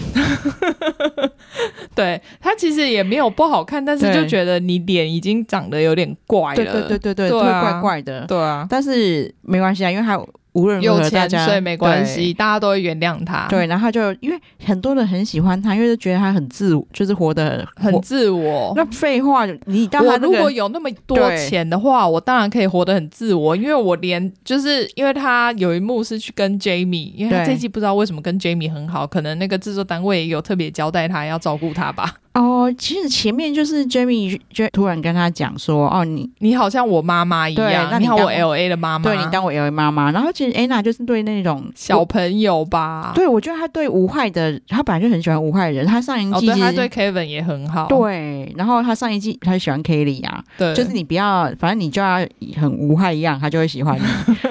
Speaker 2: 对，它其实也没有不好看，但是
Speaker 1: 对
Speaker 2: 就觉得你脸已经长得有点怪了。
Speaker 1: 对对对对对，
Speaker 2: 对
Speaker 1: 就
Speaker 2: 啊
Speaker 1: 会怪怪的。
Speaker 2: 对啊，
Speaker 1: 但是没关系啊，因为她无论如
Speaker 2: 有
Speaker 1: 何大
Speaker 2: 钱
Speaker 1: 家
Speaker 2: 所以没关
Speaker 1: 对
Speaker 2: 系，大家都会原谅他。，
Speaker 1: 对，然后他就因为很多人很喜欢他，因为就觉得他很自我，就是活得
Speaker 2: 很自我。
Speaker 1: 那废话，你当他
Speaker 2: 我
Speaker 1: 那
Speaker 2: 如果
Speaker 1: 个
Speaker 2: 有那么多
Speaker 1: 对
Speaker 2: 钱的话，我当然可以活得很自我，因为我连就是因为他有一幕是去跟 Jamie，因为他
Speaker 1: 对
Speaker 2: 这一季不知道为什么跟 Jamie 很好，可能那个制作单位也有特别交代他要照顾他吧。
Speaker 1: 哦，其实前面就是 Jamie 就突然跟他讲说，哦，你
Speaker 2: 你好像我妈妈一
Speaker 1: 对
Speaker 2: 样，
Speaker 1: 那
Speaker 2: 你
Speaker 1: 你
Speaker 2: 好我
Speaker 1: 当
Speaker 2: L A 的妈妈，
Speaker 1: 对你当我 L A 妈妈，然后其实 Anna 就是对那种
Speaker 2: 小
Speaker 1: 我
Speaker 2: 朋友吧？
Speaker 1: 对我觉得他对无害的，他本来就很喜欢无害的人，他上一
Speaker 2: 哦，
Speaker 1: 季
Speaker 2: 对，
Speaker 1: 其
Speaker 2: 他
Speaker 1: 实
Speaker 2: 对 Kevin 也很好，
Speaker 1: 对，然后他上一季他就喜欢 Kelly 啊，
Speaker 2: 对，
Speaker 1: 就是你不要，反正你就要很无害一样，他就会喜欢 你，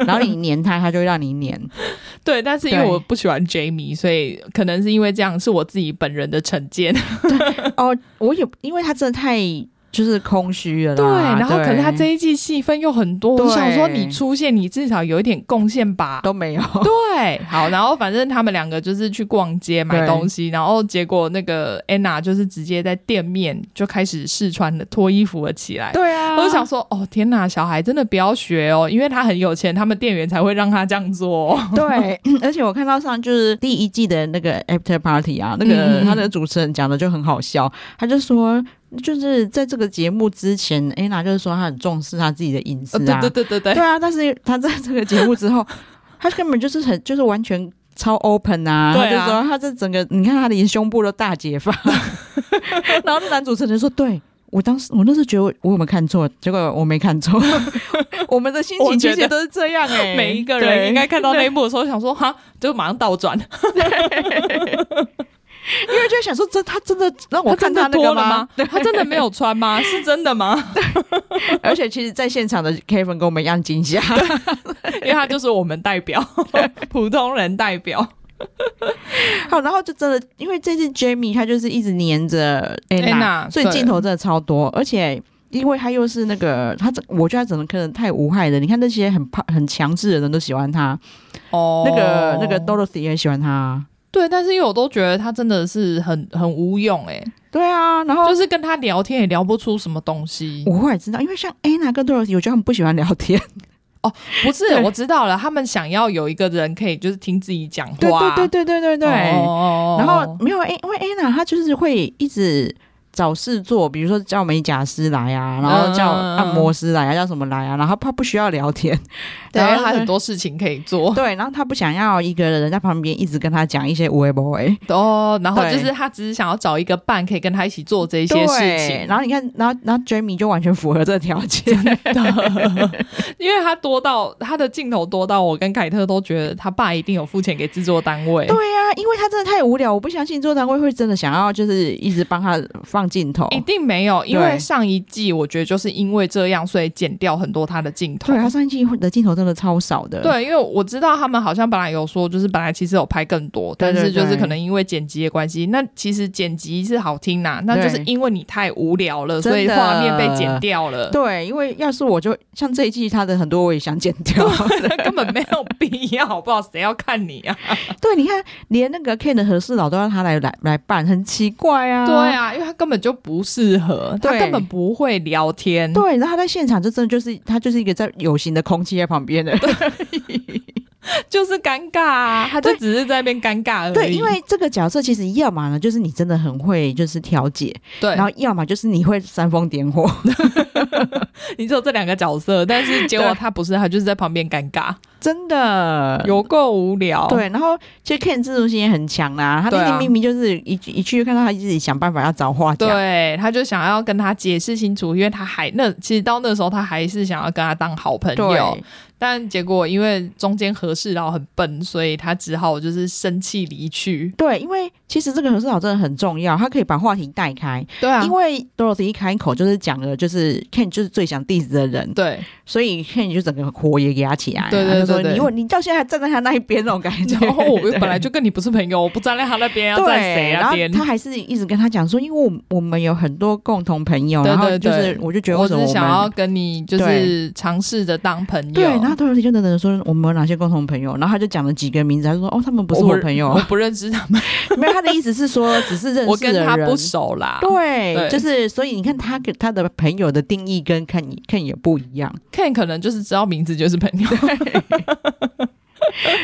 Speaker 1: 然后你黏他，他就会让你黏。
Speaker 2: 对，但是因为
Speaker 1: 对
Speaker 2: 我不喜欢 Jamie，所以可能是因为这样，是我自己本人的成见。
Speaker 1: 哦，我也因为他真的太就是空虚了啦，
Speaker 2: 对，然后
Speaker 1: 对
Speaker 2: 可是他这一季戏份又很多，我
Speaker 1: 对
Speaker 2: 想说你出现，你至少有一点贡献吧。
Speaker 1: 都没有，
Speaker 2: 对，好，然后反正他们两个就是去逛街买
Speaker 1: 对
Speaker 2: 东西，然后结果那个 Anna 就是直接在店面就开始试穿的脱衣服了起来，
Speaker 1: 对啊
Speaker 2: 我就想说，哦天哪，小孩真的不要学哦，因为他很有钱，他们店员才会让他这样做、哦。
Speaker 1: 对，而且我看到上就是第一季的那个 After Party 啊，那个
Speaker 2: 嗯
Speaker 1: 他的主持人讲的就很好笑，他就说。就是在这个节目之前，Anna 就是说她很重视她自己的隐私
Speaker 2: 呃
Speaker 1: 啊，
Speaker 2: 对对对
Speaker 1: 对
Speaker 2: 对对，
Speaker 1: 啊，但是她在这个节目之后， 她根本就是很就是完全超 open 啊，
Speaker 2: 对啊
Speaker 1: 她就说她这整个你看她连胸部都大解放， 然后那男主持人说对。我当时，我那时候觉得我我有没有看错，结果我没看错。 我们的心
Speaker 2: 我
Speaker 1: 情其
Speaker 2: 觉得
Speaker 1: 实都是这样哎、
Speaker 2: 每一个人
Speaker 1: 对
Speaker 2: 应该看到那一幕的时候，想说哈，就马上倒转。
Speaker 1: 因为就想说，这他真的让 我
Speaker 2: 他真
Speaker 1: 看他
Speaker 2: 的
Speaker 1: 那
Speaker 2: 脱
Speaker 1: 个
Speaker 2: 了吗？？他真的没有穿吗？是真的吗？
Speaker 1: 而且其实，在现场的 Kevin 跟我们一样惊吓，
Speaker 2: 因为他就是我们代表，普通人代表。
Speaker 1: 好，然后就真的，因为这次 Jamie 他就是一直黏着 Anna，
Speaker 2: Anna，
Speaker 1: 所以
Speaker 2: 对
Speaker 1: 镜头真的超多，而且。因为他又是那个，他整我觉得他整个可能太无害了。你看那些很胖、很强势的人都喜欢他，
Speaker 2: 哦，
Speaker 1: 那个那个 Dorothy 也喜欢他。
Speaker 2: 对，但是因为我都觉得他真的是很很无用哎、
Speaker 1: 对啊，然后
Speaker 2: 就是跟他聊天也聊不出什么东西。
Speaker 1: 我后来知道，因为像 Anna 跟 Dorothy，我觉得他们不喜欢聊天。
Speaker 2: 不是
Speaker 1: 对，
Speaker 2: 我知道了，他们想要有一个人可以就是听自己讲话。
Speaker 1: 对对对对对对对。
Speaker 2: 哦
Speaker 1: 然后没有 A，因为 Anna 她就是会一直找事做，比如说叫美甲师来啊，然后叫
Speaker 2: 嗯嗯嗯
Speaker 1: 按摩师来啊，叫什么来啊，然后她不需要聊天，
Speaker 2: 对，
Speaker 1: 然
Speaker 2: 然
Speaker 1: 后
Speaker 2: 后他很多事情可以做
Speaker 1: 对，然后她不想要一个人在旁边一直跟她讲一些无哎为不为
Speaker 2: 哦，然后
Speaker 1: 对
Speaker 2: 就是他只是想要找一个伴，可以跟他一起做这些事情。
Speaker 1: 然后你看，然后然后 Jamie 就完全符合这个条 件，
Speaker 2: 因为他多到他的镜头多到我跟凯特都觉得他爸一定有付钱给制作单位。
Speaker 1: 对呀、因为她真的太无聊，我不相信做单位会真的想要就是一直帮她放镜头。
Speaker 2: 一定没有，因
Speaker 1: 对
Speaker 2: 为上一季我觉得就是因为这样，所以剪掉很多他的镜头
Speaker 1: 对，。啊她上一季的镜头真的超少的。
Speaker 2: 对，因为我知道他们好像本来有说，就是本来其实有拍更多，
Speaker 1: 对
Speaker 2: 但
Speaker 1: 对
Speaker 2: 是就是
Speaker 1: 对
Speaker 2: 可能因为剪辑的关系，那其实剪辑是好听呐、那就是
Speaker 1: 对
Speaker 2: 因为你太无聊了，所以
Speaker 1: 真的
Speaker 2: 画面被剪掉 了，
Speaker 1: 对，因为要是我就像这一季，她的很多我也想剪 掉。
Speaker 2: 根本没有必要， 好不好？谁要看你啊？
Speaker 1: 对，你看，连那个 Ken 的和事佬都让他来来来办，很奇怪啊。
Speaker 2: 对，啊，因为他根本就不适合，他
Speaker 1: 对
Speaker 2: 根本不会聊天。
Speaker 1: 对，然后他在现场就真的就是他就是一个在有形的空气在旁边的。
Speaker 2: 就是尴尬啊，他就只是在那边尴尬而已。
Speaker 1: 对，因为这个角色其实要么呢，就是你真的很会就是调解，
Speaker 2: 对，
Speaker 1: 然后要么就是你会煽风点火。
Speaker 2: 你只有这两个角色，但是结果
Speaker 1: 对
Speaker 2: 他不是，他就是在旁边尴尬，
Speaker 1: 真 的。
Speaker 2: 有够无聊。
Speaker 1: 对，然后其实 Ken 自主性也很强啦、他
Speaker 2: 对
Speaker 1: 那
Speaker 2: 啊
Speaker 1: 天明明就是一去一去就看到他自己想办法要找话讲。
Speaker 2: 对，他就想要跟他解释清楚，因为他还那其实到那时候他还是想要跟他当好朋友
Speaker 1: 对，
Speaker 2: 但结果因为中间何事佬很笨，所以他只好就是生气离去。
Speaker 1: 对，因为其实这个和事佬真的很重要，他可以把话题带开。
Speaker 2: 对啊
Speaker 1: 因为 Dorothy 一开口就是讲了，就是 Ken 就是最想 diss 的人，
Speaker 2: 对，
Speaker 1: 所以 Ken 就整个火也给他起来、啊，
Speaker 2: 对对
Speaker 1: 就说
Speaker 2: 对对
Speaker 1: 你问你到现在还站在他那一边那种感 觉。
Speaker 2: 然后我本 来就跟你不是朋友，我不站在他那边，要
Speaker 1: 对，
Speaker 2: 站谁啊
Speaker 1: 然
Speaker 2: 那
Speaker 1: 后
Speaker 2: 边？
Speaker 1: 他还是一直跟他讲说，因为我我们有很多共同朋友，
Speaker 2: 对
Speaker 1: 然后
Speaker 2: 对
Speaker 1: 就是
Speaker 2: 对
Speaker 1: 我就觉得为
Speaker 2: 我
Speaker 1: 什
Speaker 2: 只
Speaker 1: 么
Speaker 2: 是
Speaker 1: 我
Speaker 2: 想要
Speaker 1: 们。
Speaker 2: 跟你就是尝试着当朋友。
Speaker 1: 对，然后 Dorothy 就等等说我们有哪些共同朋友，然后他就讲了几个名字，他就说哦，他们不是我朋友
Speaker 2: 我
Speaker 1: 啊，
Speaker 2: 不认识 他们，
Speaker 1: 没有他的意思是说只是 认识
Speaker 2: 我跟
Speaker 1: 的
Speaker 2: 他
Speaker 1: 人
Speaker 2: 不熟啦。
Speaker 1: 对，
Speaker 2: 对
Speaker 1: 就是所以你看他给他的朋友的定义跟看你看也不一样，
Speaker 2: Ken 可能就是知道名字就是朋 友，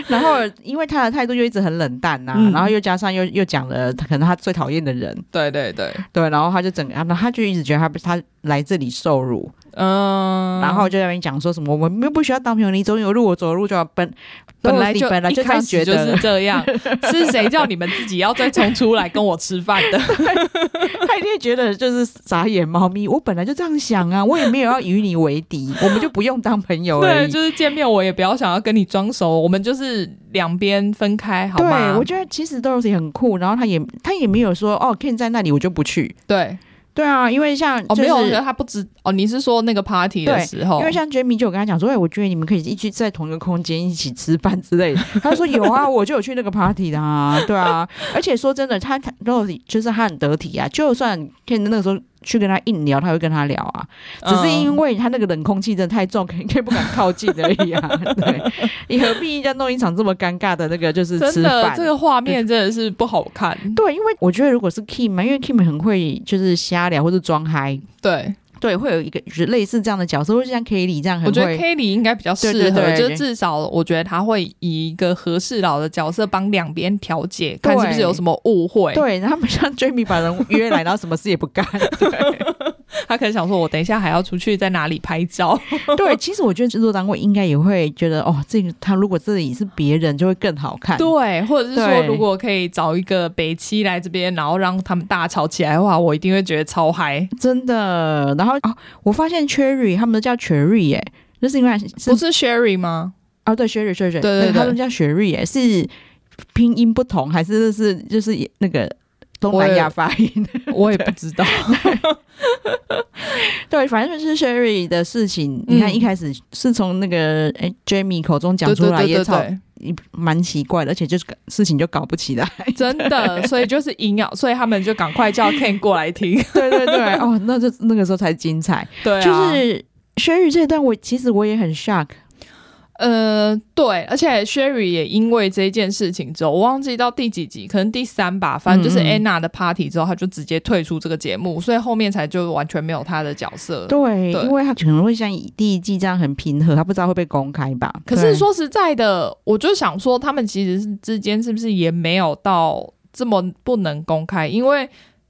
Speaker 1: 然后，因为他的态度又一直很冷淡呐、
Speaker 2: 嗯
Speaker 1: 然后又加上又又讲了可能他最讨厌的人，
Speaker 2: 对对对，
Speaker 1: 对，然后他就整个，然后他就一直觉得他被他来这里受辱，
Speaker 2: 嗯，
Speaker 1: 然后就在那边讲说什么我们又不需要当朋友，你走你的路，我走的路就要奔，
Speaker 2: 本来就
Speaker 1: 本来就这
Speaker 2: 一
Speaker 1: 样
Speaker 2: 开
Speaker 1: 觉
Speaker 2: 始就
Speaker 1: 得
Speaker 2: 是，这样，是谁叫你们自己要再冲出来跟我吃饭 的？
Speaker 1: 他一定觉得就是傻眼猫咪，我本来就这样想啊，我也没有要与你为敌，我们就不用当朋友而
Speaker 2: 对，
Speaker 1: 已。
Speaker 2: 就是见面我也不要想要跟你装熟，我们就是两边分开好
Speaker 1: 对，
Speaker 2: 吗？
Speaker 1: 我觉得其实 Dorothy 很酷，然后他也他也没有说哦，Ken 在那里我就不去。
Speaker 2: 对
Speaker 1: 对啊，因为像、
Speaker 2: 哦，
Speaker 1: 就是、
Speaker 2: 没有，我觉得他不知哦，你是说那个 party 的
Speaker 1: 对
Speaker 2: 时候？
Speaker 1: 因为像 Jamie 就有跟他讲说，哎、我觉得你们可以一起在同一个空间一起吃饭之类的。他说有 啊，我就有去那个 party 的啊，对啊。而且说真的，他他 Rosie 就是他很得体啊，就算 Ken 那个时候去跟他硬聊，他会跟他聊啊，只是
Speaker 2: 嗯
Speaker 1: 因为他那个冷空气真的太重，肯定不敢靠近而已啊。 对，你何必要弄一场这么尴尬的那个就是
Speaker 2: 嗯
Speaker 1: 吃
Speaker 2: 真的
Speaker 1: 饭？
Speaker 2: 这个画面真的是不好看，
Speaker 1: 对，因为我觉得如果是 Kim 嘛，因为 Kim 很会就是瞎聊或者装嗨。
Speaker 2: 对，
Speaker 1: 对，会有一个就是类似这样的角色，或者像 k e l y 这样很
Speaker 2: 我觉得
Speaker 1: 会
Speaker 2: Kelly 应该比较适合，
Speaker 1: 对对对
Speaker 2: 就是至少我觉得他会以一个和事佬的角色帮两边调解，看是不是有什么误会。
Speaker 1: 对，然后他们像 Jamie 把人约来，然后什么事也不 干。
Speaker 2: 他可能想说，我等一下还要出去在哪里拍照，
Speaker 1: 对，其实我觉得制作单位应该也会觉得，哦，这个他如果这里是别人，就会更好看。
Speaker 2: 对，或者是说
Speaker 1: 对
Speaker 2: 如果可以找一个北七来这边，然后让他们大吵起来的话，我一定会觉得超嗨。
Speaker 1: 真的。然后哦，我发现 Cherry 他们都叫 Cherry 耶、那是因为是
Speaker 2: 不是 Sherry 吗？
Speaker 1: 哦，对，Cherry Cherry，对
Speaker 2: 对对
Speaker 1: 他
Speaker 2: 对
Speaker 1: 们叫 Cherry 耶、是拼音不同，还是是就是那个东
Speaker 2: 我
Speaker 1: 南
Speaker 2: 也
Speaker 1: 亚发音？
Speaker 2: 我也不知道。
Speaker 1: 对，反正就是 Sherry 的事情。你看
Speaker 2: 嗯
Speaker 1: 一开始是从那个哎 Jamie 口中讲
Speaker 2: 对
Speaker 1: 出
Speaker 2: 对
Speaker 1: 来，
Speaker 2: 对
Speaker 1: 也
Speaker 2: 对
Speaker 1: 吵
Speaker 2: 对，
Speaker 1: 一蛮奇怪的，而且就是事情就搞不起来。
Speaker 2: 真的，所以就是营养，所以他们就赶快叫 Ken 过 来听。
Speaker 1: 对对对，哦，那就那个时候才精彩。
Speaker 2: 对、啊，
Speaker 1: 就是轩宇这段我，其实我也很 shock。
Speaker 2: 呃，对，而且 Sherry 也因为这件事情之后，我忘记到第几集，可能第三吧，反正就是
Speaker 1: 嗯嗯
Speaker 2: Anna 的 party 之后，她就直接退出这个节目，所以后面才就完全没有她的角色。
Speaker 1: 对，
Speaker 2: 对
Speaker 1: 因为他可能会像第一季这样很平和，他不知道会被公开吧。
Speaker 2: 可
Speaker 1: 对
Speaker 2: 是，说实在的，我就想说，他们其实是之间是不是也没有到这么不能公开？因为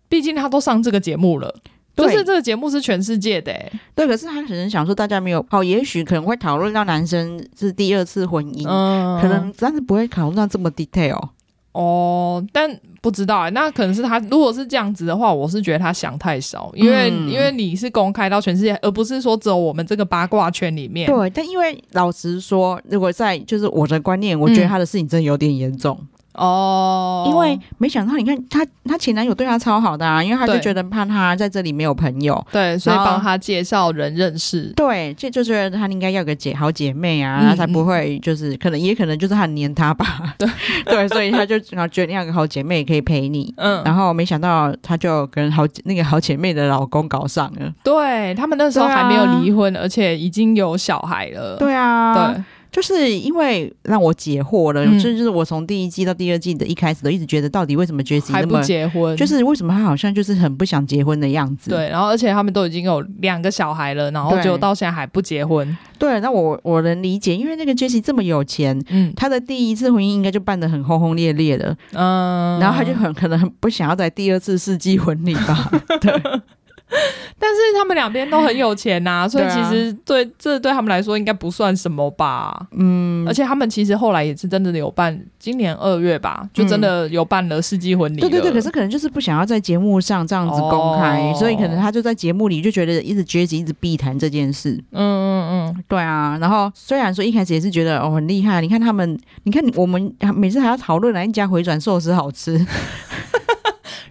Speaker 2: 毕竟他都上这个节目了，
Speaker 1: 对
Speaker 2: 就是这个节目是全世界的、欸，
Speaker 1: 对，可是他可能想说大家没有，哦，也许可能会讨论到男生是第二次婚姻，
Speaker 2: 嗯
Speaker 1: 可能但是不会讨论到这么 detail。
Speaker 2: 哦，但不知道、欸，那可能是他如果是这样子的话，我是觉得他想太少，因为、
Speaker 1: 嗯
Speaker 2: 因为你是公开到全世界，而不是说只有我们这个八卦圈里面。
Speaker 1: 对，但因为老实说，如果在就是我的观念，我觉得他的事情真的有点严重，
Speaker 2: 哦，
Speaker 1: 因为没想到你看她她前男友对她超好的啊，因为他就
Speaker 2: 对
Speaker 1: 觉得怕她在这里没有朋友。
Speaker 2: 对，所以
Speaker 1: 然后
Speaker 2: 帮他介绍人认识。
Speaker 1: 对，这就觉得她应该要个姐好姐妹啊，
Speaker 2: 嗯
Speaker 1: 她才不会就是可能也可能就是很黏她吧。对 对，所以她就然后决定要个好姐妹可以陪你。
Speaker 2: 嗯，
Speaker 1: 然后没想到她就跟好姐那个好姐妹的老公搞上了。
Speaker 2: 对他们那时候
Speaker 1: 对啊
Speaker 2: 还没有离婚，而且已经有小孩了。
Speaker 1: 对啊，
Speaker 2: 对，
Speaker 1: 就是因为让我解惑了，
Speaker 2: 嗯
Speaker 1: 这就是我从第一季到第二季的一开始都一直觉得，到底为什么杰西
Speaker 2: 还
Speaker 1: 那
Speaker 2: 不
Speaker 1: 么
Speaker 2: 结婚，
Speaker 1: 就是为什么她好像就是很不想结婚的样子？
Speaker 2: 对，然后而且他们都已经有两个小孩了，然后
Speaker 1: 对
Speaker 2: 就到现在还不结婚。
Speaker 1: 对，那我我能理解，因为那个杰西这么有钱。
Speaker 2: 嗯
Speaker 1: 她的第一次婚姻应该就办得很轰轰烈烈的，
Speaker 2: 嗯，
Speaker 1: 然后他就很可能很不想要在第二次世纪婚礼 吧？
Speaker 2: 但是他们两边都很有钱呐、所以
Speaker 1: 对
Speaker 2: 其
Speaker 1: 啊
Speaker 2: 实对这对他们来说应该不算什么吧。嗯，而且他们其实后来也是真的有办，今年二月吧，就真的有办了世纪婚礼了、
Speaker 1: 嗯对对对，可是可能就是不想要在节目上这样子公开，
Speaker 2: 哦
Speaker 1: 所以可能他就在节目里就觉得一直 Jesse 一直避谈这件事。
Speaker 2: 嗯嗯嗯，
Speaker 1: 对啊，然后虽然说一开始也是觉得哦很厉害，你看他们，你看我们每次还要讨论哪一家回转寿司好吃。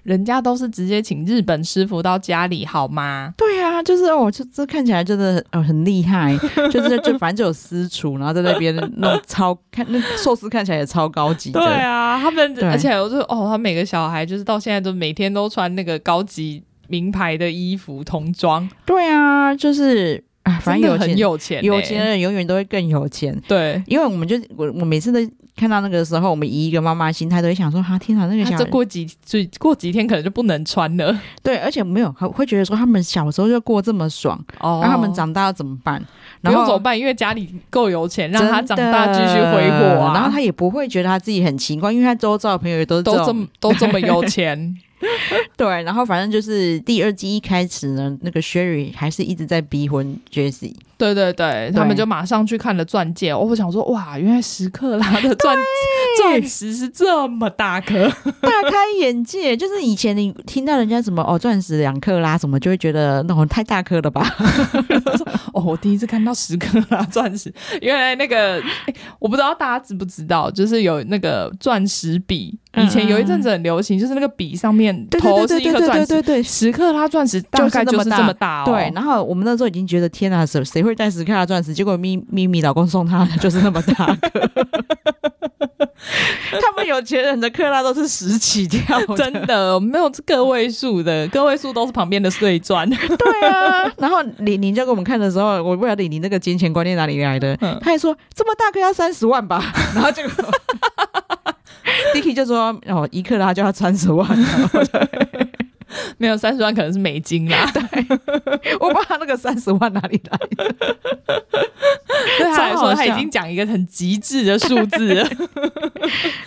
Speaker 2: 人家都是直接请日本师傅到家里好吗？
Speaker 1: 对啊，就是哦，这这看起来真的哦很厉 害，就是就反正就有私厨，然后在那边弄超看那寿司看起来也超高级的。
Speaker 2: 对啊，他们
Speaker 1: 对
Speaker 2: 而且我就哦，他每个小孩就是到现在都每天都穿那个高级名牌的衣服童装，
Speaker 1: 对啊，就是啊，反
Speaker 2: 真
Speaker 1: 正
Speaker 2: 的
Speaker 1: 有
Speaker 2: 很
Speaker 1: 钱
Speaker 2: 有钱欸、
Speaker 1: 有钱人永远都会更有钱。
Speaker 2: 对。
Speaker 1: 因为我们就我我每次都看到那个时候，我们以一个妈妈心态都会想说：哈、啊天哪，那个
Speaker 2: 他
Speaker 1: 小
Speaker 2: 啊这
Speaker 1: 孩
Speaker 2: 过几就过几天可能就不能穿了
Speaker 1: 对，而且没有还会觉得说他们小时候就过这么爽，
Speaker 2: 哦
Speaker 1: 然后他们长大要怎么办？
Speaker 2: 不
Speaker 1: 然后
Speaker 2: 用怎么办？因为家里够有钱，让他
Speaker 1: 真
Speaker 2: 长大
Speaker 1: 的
Speaker 2: 继续挥霍啊。
Speaker 1: 然后他也不会觉得他自己很奇怪，因为他周遭的朋友也都是
Speaker 2: 都这
Speaker 1: 种
Speaker 2: 么都这么有钱，
Speaker 1: 对。然后反正就是第二季一开始呢，那个 Sherry 还是一直在逼婚 Jesse，
Speaker 2: 对对对，他们就马上去看了钻戒。哦我想说，哇，原来十克拉的钻钻石是这么大颗，
Speaker 1: 大开眼界。就是以前你听到人家什么哦钻石两克拉什么，就会觉得那种太大颗了吧？
Speaker 2: 哦，我第一次看到十克拉钻石。原来那个，诶我不知道大家知不知道，就是有那个钻石笔，
Speaker 1: 嗯
Speaker 2: 以前有一阵子很流行，就是那个笔上面
Speaker 1: 对
Speaker 2: 头
Speaker 1: 对
Speaker 2: 是
Speaker 1: 对
Speaker 2: 一
Speaker 1: 对
Speaker 2: 颗
Speaker 1: 对
Speaker 2: 钻
Speaker 1: 对
Speaker 2: 石。
Speaker 1: 对对。
Speaker 2: 十克拉钻石大概就是这么大哦，
Speaker 1: 对，然后我们那时候已经觉得天啊，谁谁会带十克拉钻石？结果咪咪咪老公送她的就是那么大颗， 他们有钱人的克拉都是十起跳的，
Speaker 2: 真的没有个位数的，个位数都是旁边的碎钻。
Speaker 1: 对啊。 然后李宁就给我们看的时候，我不晓得李宁那个金钱观念哪里来的，
Speaker 2: 嗯
Speaker 1: 他还说这么大颗要三十万吧， 然后结果 Dicky 就说哦一克拉就要三十万，
Speaker 2: 没有三十万可能是美金啦，
Speaker 1: 我不知道那个三十万哪里来的，
Speaker 2: 对他来
Speaker 1: 超好
Speaker 2: 说
Speaker 1: 笑
Speaker 2: 他已经讲一个很极致的数字了，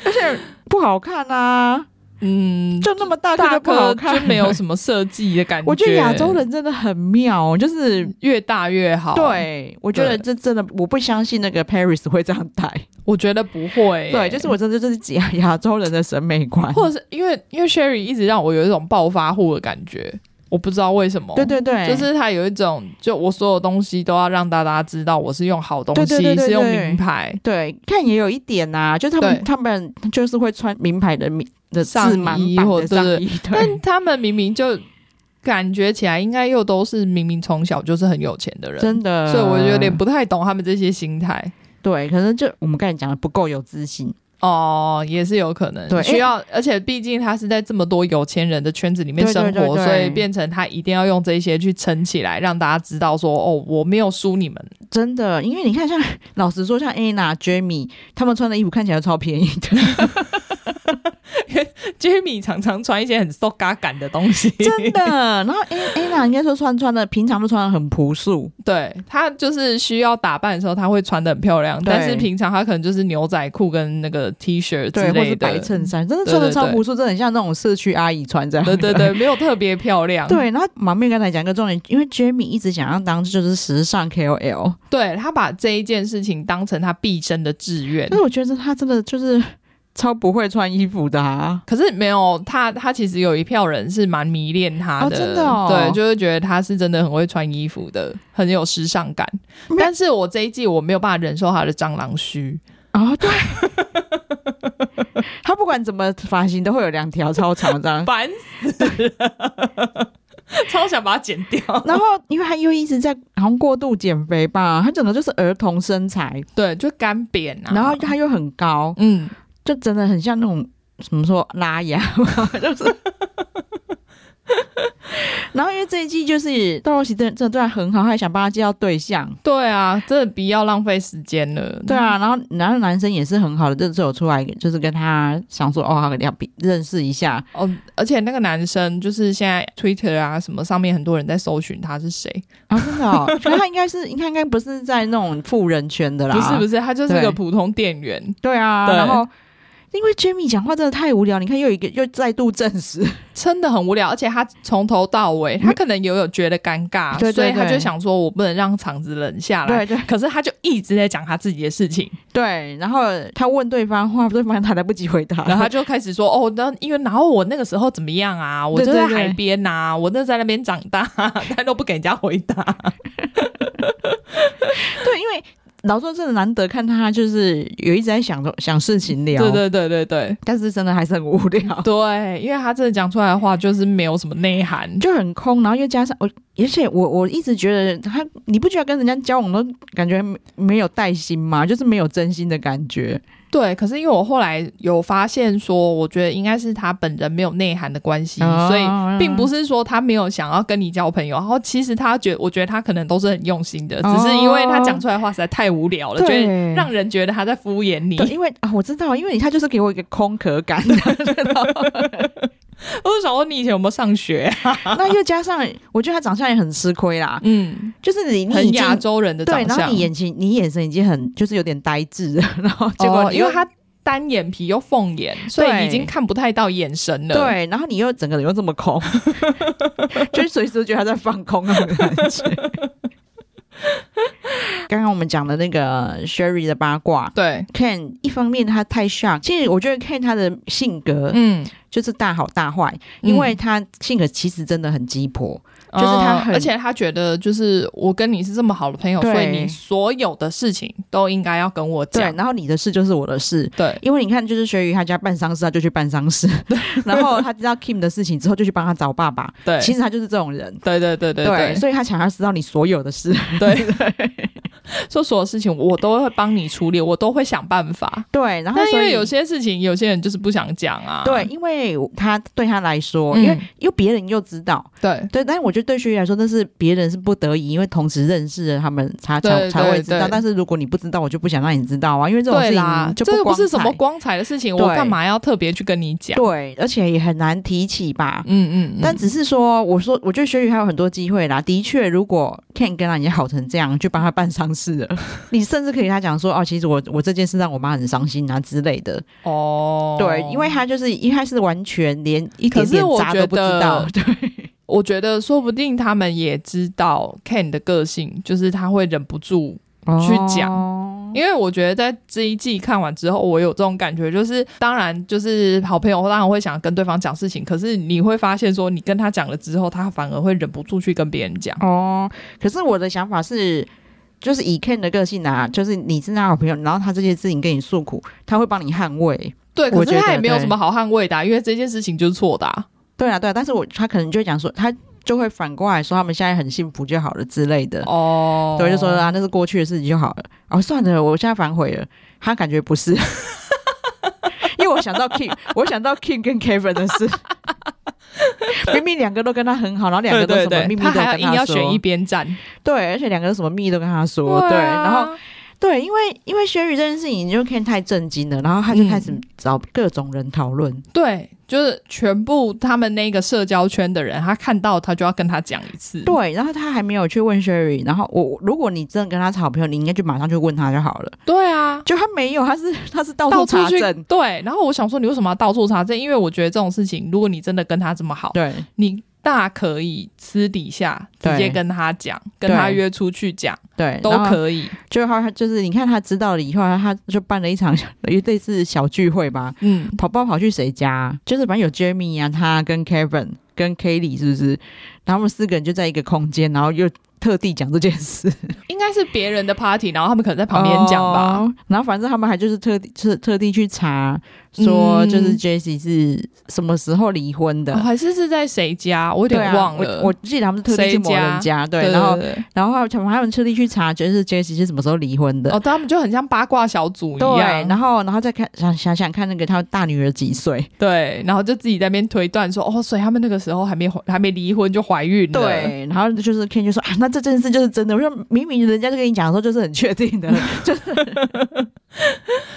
Speaker 1: 而且不好看啊，
Speaker 2: 嗯，
Speaker 1: 就那么大颗
Speaker 2: 大
Speaker 1: 就不好
Speaker 2: 哥
Speaker 1: 看，
Speaker 2: 就没有什么设计的感
Speaker 1: 我觉得亚洲人真的很妙，就是
Speaker 2: 越大越好，，
Speaker 1: 对我觉得这真的，我不相信那个 Paris 会这样戴。
Speaker 2: 我觉得不会、
Speaker 1: 对，就是我真的就是亚亚洲人的审美观。
Speaker 2: 哎或者是因为因为 Sherry 一直让我有一种暴发户的感觉，我不知道为什么，
Speaker 1: 对。对对，
Speaker 2: 就是他有一种，就我所有东西都要让大家知道我是用好东西，
Speaker 1: 对对对对
Speaker 2: 是用
Speaker 1: 对
Speaker 2: 名牌，
Speaker 1: 对，看也有一点呐、就是他
Speaker 2: 对
Speaker 1: 们他们就是会穿名牌的名的
Speaker 2: 上
Speaker 1: 字满
Speaker 2: 衣
Speaker 1: 版
Speaker 2: 或
Speaker 1: 的上
Speaker 2: 对
Speaker 1: 衣， 对
Speaker 2: 但他们明明就感觉起来应该又都是明明从小就是很有钱的人，
Speaker 1: 真的，
Speaker 2: 所以我有点不太懂他们这些心态。
Speaker 1: 对，可能就我们刚才讲的不够有自信，
Speaker 2: 哦，也是有可能，
Speaker 1: 对
Speaker 2: 需要，而且毕竟他是在这么多有钱人的圈子里面
Speaker 1: 对对
Speaker 2: 生活，
Speaker 1: 对对
Speaker 2: 所以变成他一定要用这些去撑起来，让大家知道说，哦，我没有输你们，
Speaker 1: 真的，因为你看像，老实说，像 Anna、Jamie 他们穿的衣服看起来都超便宜的，
Speaker 2: Jamie 常常穿一些很 so 嘎感的东西，
Speaker 1: 真的。 然后 A- Anna 应该说穿穿的，平常都穿的很朴素，
Speaker 2: 对他就是需要打扮的时候，他会穿的很漂亮，
Speaker 1: 对
Speaker 2: 但是平常他可能就是牛仔裤跟那个 T 恤之
Speaker 1: 对，或
Speaker 2: 类
Speaker 1: 是白
Speaker 2: 的，
Speaker 1: 衬衫，真的
Speaker 2: 对
Speaker 1: 穿的
Speaker 2: 对
Speaker 1: 超
Speaker 2: 对
Speaker 1: 朴素，真的很像那种社区阿姨穿这样。
Speaker 2: 对对对，没有特别漂亮，
Speaker 1: 对，然后马妹刚才讲一个重点，因为 Jamie 一直想要当就是时尚 KOL，
Speaker 2: 对他把这一件事情当成他毕生的志愿
Speaker 1: 但。是我觉得他真的就是超不会穿衣服的啊。
Speaker 2: 可是没有他，他其实有一票人是蛮迷恋他的，
Speaker 1: 哦真的哦
Speaker 2: 对，就会觉得他是真的很会穿衣服的，很有时尚感
Speaker 1: 没。
Speaker 2: 但是我这一季我没有办法忍受他的蟑螂须，哦
Speaker 1: 啊、对， 他不管怎么发型都会有两条超长这 样。
Speaker 2: 烦死 了，超想把它剪掉。
Speaker 1: 然后，因为他又一直在好像过度减肥吧，他整个就是儿童身材，
Speaker 2: 对，就干扁啊。
Speaker 1: 然后他又很高，
Speaker 2: 嗯，
Speaker 1: 就真的很像那种怎么说拉雅 嘛，就是。然后因为这一季就是窦若喜真的真的对他很好，他还想帮他介绍对象，
Speaker 2: 对啊，真的不要浪费时间了。嗯
Speaker 1: 对啊，然后然后男生也是很好的，就是有出来就是跟他想说哦，要比认识一下，
Speaker 2: 哦，而且那个男生就是现在 Twitter 啊什么上面很多人在搜寻他是谁，
Speaker 1: 啊，真的、 哦，可是他应该是，应该应该不是在那种富人圈的啦，
Speaker 2: 不是不
Speaker 1: 是，
Speaker 2: 是，他就是
Speaker 1: 对
Speaker 2: 个普通店员。
Speaker 1: 对啊，
Speaker 2: 对
Speaker 1: 然后。因为 Jamie 讲话真的太无聊，你看又有一个又再度证 实，
Speaker 2: 真的很无聊，而且他从头到尾，他可能也有觉得尴尬，
Speaker 1: 对对
Speaker 2: 所以他
Speaker 1: 对
Speaker 2: 就想说，我不能让场子冷下来。
Speaker 1: 对
Speaker 2: 可是他就一直在讲他自己的事 情，
Speaker 1: 对，然后他问对方话，对方还来不及回答，
Speaker 2: 然后他就开始说：“哦，那因为然后我那个时候怎么样啊？我就
Speaker 1: 对
Speaker 2: 在
Speaker 1: 对对
Speaker 2: 海边呐、我那在那边长大， 他都不给人家回答。
Speaker 1: 对，因为老说真的难得看他就是有一直在想着想事情”聊，
Speaker 2: 对，对对对对
Speaker 1: 但是真的还是很无聊，
Speaker 2: 对，因为他真的讲出来的话就是没有什么内涵，
Speaker 1: 就很空，然后又加上我，而且我我一直觉得他，你不觉得跟人家交往都感觉没没有带心吗？就是没有真心的感觉，
Speaker 2: 对，可是因为我后来有发现说，我觉得应该是他本人没有内涵的关系，
Speaker 1: 哦
Speaker 2: 所以并不是说他没有想要跟你交朋友。然后其实他觉我觉得他可能都是很用心的，
Speaker 1: 哦
Speaker 2: 只是因为他讲出来的话实在太无聊了，
Speaker 1: 对
Speaker 2: 觉得让人觉得他在敷衍你。
Speaker 1: 对，因为啊、我知道，因为你他就是给我一个空壳感，知道吗
Speaker 2: 我就想说，你以前有没有上学？
Speaker 1: 那又加上，我觉得他长相也很吃亏啦，
Speaker 2: 嗯，
Speaker 1: 就是你你已
Speaker 2: 很
Speaker 1: 经
Speaker 2: 亚洲人的
Speaker 1: 对，
Speaker 2: 长
Speaker 1: 然后
Speaker 2: 相
Speaker 1: 你，眼睛你眼神已经很就是有点呆滞了，然后结果
Speaker 2: 哦
Speaker 1: 你
Speaker 2: 因
Speaker 1: 又、
Speaker 2: 为他单眼皮又凤眼，所以
Speaker 1: 对
Speaker 2: 已经看不太到眼神了。。
Speaker 1: 对，然后你又整个人又这么 空，就是随时都觉得他在放空那种感 觉。刚刚我们讲的那个 Sherry 的八卦
Speaker 2: 对，
Speaker 1: ，Ken 一方面他太 shock，其实我觉得 Ken 他的性格
Speaker 2: 嗯，
Speaker 1: 就是大好大坏，因为
Speaker 2: 嗯
Speaker 1: 他性格其实真的很鸡婆，就是他
Speaker 2: 嗯
Speaker 1: 很
Speaker 2: 而且他觉得就是我跟你是这么好的朋友，
Speaker 1: 对
Speaker 2: 所以你所有的事情都应该要跟我
Speaker 1: 对
Speaker 2: 讲，。
Speaker 1: 然后你的事就是我的事，
Speaker 2: 对
Speaker 1: 因为你看，就是学宇他家办丧事，他就去办丧 事，然后他知道 Kim 的事情之后，就去帮他找爸爸。
Speaker 2: 对
Speaker 1: 其实他就是这种人，
Speaker 2: 对对对对对
Speaker 1: 所以他想要知道你所有的事。
Speaker 2: 对，说所有事情我都会帮你处理，我都会想办法。
Speaker 1: 对，然后
Speaker 2: 但因
Speaker 1: 啊所以
Speaker 2: 为有些事情，有些人就是不想讲啊。
Speaker 1: 对，因为他对他来说，
Speaker 2: 嗯
Speaker 1: 因为因为别人又知道，
Speaker 2: 对
Speaker 1: 对，但是我觉得对学宇来说，那是别人是不得已，因为同时认识了他们，他才
Speaker 2: 对
Speaker 1: 才会
Speaker 2: 对
Speaker 1: 知道。
Speaker 2: 对
Speaker 1: 但是如果你不知道，我就不想让你知道啊，因为这种事
Speaker 2: 对啦
Speaker 1: 情，就
Speaker 2: 这又
Speaker 1: 光
Speaker 2: 不
Speaker 1: 彩。
Speaker 2: 是什么光彩的事情，
Speaker 1: 对
Speaker 2: 我干嘛要特别去跟你讲？
Speaker 1: 对，而且也很难提起吧。
Speaker 2: 嗯嗯，嗯
Speaker 1: 但只是说，我说，我觉得学宇还有很多机会啦。的确，如果 Ken 跟他已经好成这样，去帮他办丧事了， 你甚至可以跟他讲说，哦，其实我我这件事让我妈很伤心啊之类的。
Speaker 2: 哦，
Speaker 1: 对，因为他就是一开始完全连一点
Speaker 2: 可是
Speaker 1: 点
Speaker 2: 我
Speaker 1: 渣
Speaker 2: 觉
Speaker 1: 都不知
Speaker 2: 得
Speaker 1: 道，对
Speaker 2: 我觉得说不定他们也知道 Ken 的个性，就是他会忍不住去讲
Speaker 1: 哦
Speaker 2: 因为我觉得在这一季看完之后，我有这种感觉，就是当然就是好朋友当然会想跟对方讲事情，可是你会发现说，你跟他讲了之后，他反而会忍不住去跟别人讲。
Speaker 1: 哦。可是我的想法是。就是以 Ken 的个性啊，就是你是他好朋友，然后他这些事情跟你诉苦，他会帮你捍卫。
Speaker 2: 对，
Speaker 1: 我
Speaker 2: 可
Speaker 1: 觉
Speaker 2: 是
Speaker 1: 得
Speaker 2: 他也没有什么好捍卫的啊、因为这件事情就是错的啊、
Speaker 1: 对啊，对啊，但是我他可能就会讲说，他就会反过来说他们现在很幸福就好了之类的。
Speaker 2: 哦，
Speaker 1: 对，就说啊，那是过去的事情就好了。哦，算了，我现在反悔了。他感觉不是， 因为我想到 King，我想到 King 跟 Kevin 的事， 明明两个都跟他很好，然后两个
Speaker 2: 对
Speaker 1: 都什
Speaker 2: 对
Speaker 1: 么
Speaker 2: 对，
Speaker 1: 秘密
Speaker 2: 他
Speaker 1: 都跟
Speaker 2: 还要硬要
Speaker 1: 说
Speaker 2: 选一边站，
Speaker 1: 对，而且两个都什么秘密都跟他说，对，
Speaker 2: 啊
Speaker 1: 然后。对，因为因为学语这件事情，你就看太震惊了，然后他就开始
Speaker 2: 嗯
Speaker 1: 找各种人讨论。
Speaker 2: 对，就是全部他们那个社交圈的人，他看到他就要跟他讲一次。
Speaker 1: 对，然后他还没有去问 Sherry，然后我如果你真的跟他是好朋友，你应该就马上去问他就好了。
Speaker 2: 对啊，
Speaker 1: 就他没有，他是他是到处
Speaker 2: 到处
Speaker 1: 查
Speaker 2: 去
Speaker 1: 证，
Speaker 2: 对。然后我想说，你为什么要到处查证？因为我觉得这种事情，如果你真的跟他这么好，
Speaker 1: 对
Speaker 2: 你大可以私底下直接
Speaker 1: 对
Speaker 2: 跟他讲，
Speaker 1: 对
Speaker 2: 跟他约出去讲
Speaker 1: 对
Speaker 2: 都。
Speaker 1: 然后
Speaker 2: 可以。
Speaker 1: 就他就是你看他知道了以后，他就办了一场 类似小聚会吧，
Speaker 2: 嗯，
Speaker 1: 跑不知道跑去谁家，就是反正有 Jamie 啊，他跟 Kevin 跟 Kelly 是不是？然后他们四个人就在一个空间，然后又特地讲这件事。
Speaker 2: 应该是别人的 party，然后他们可能在 旁边讲吧。
Speaker 1: 哦然后反正他们还就是特地特特地去查，说就是 Jesse 是什么时候离婚的。
Speaker 2: 嗯哦还是是在谁家？我有点
Speaker 1: 对啊
Speaker 2: 忘了。
Speaker 1: 我我记得他们是特地去某人
Speaker 2: 谁
Speaker 1: 家，对，
Speaker 2: 对，
Speaker 1: 然后
Speaker 2: 对对
Speaker 1: 然后他们他们特地去查，就是 Jesse 是什么时候离婚的，
Speaker 2: 哦，他们就很像八卦小组一
Speaker 1: 对，
Speaker 2: 样。
Speaker 1: 然后然后再看想想想看那个他大女儿几岁，
Speaker 2: 对，然后就自己在那边推断说，哦，所以他们那个时候还没还没离婚就怀孕了。，
Speaker 1: 对，然后就是 Ken 就说啊，那这件事就是真的，我说明明人家就跟你讲的时候就是很确定的，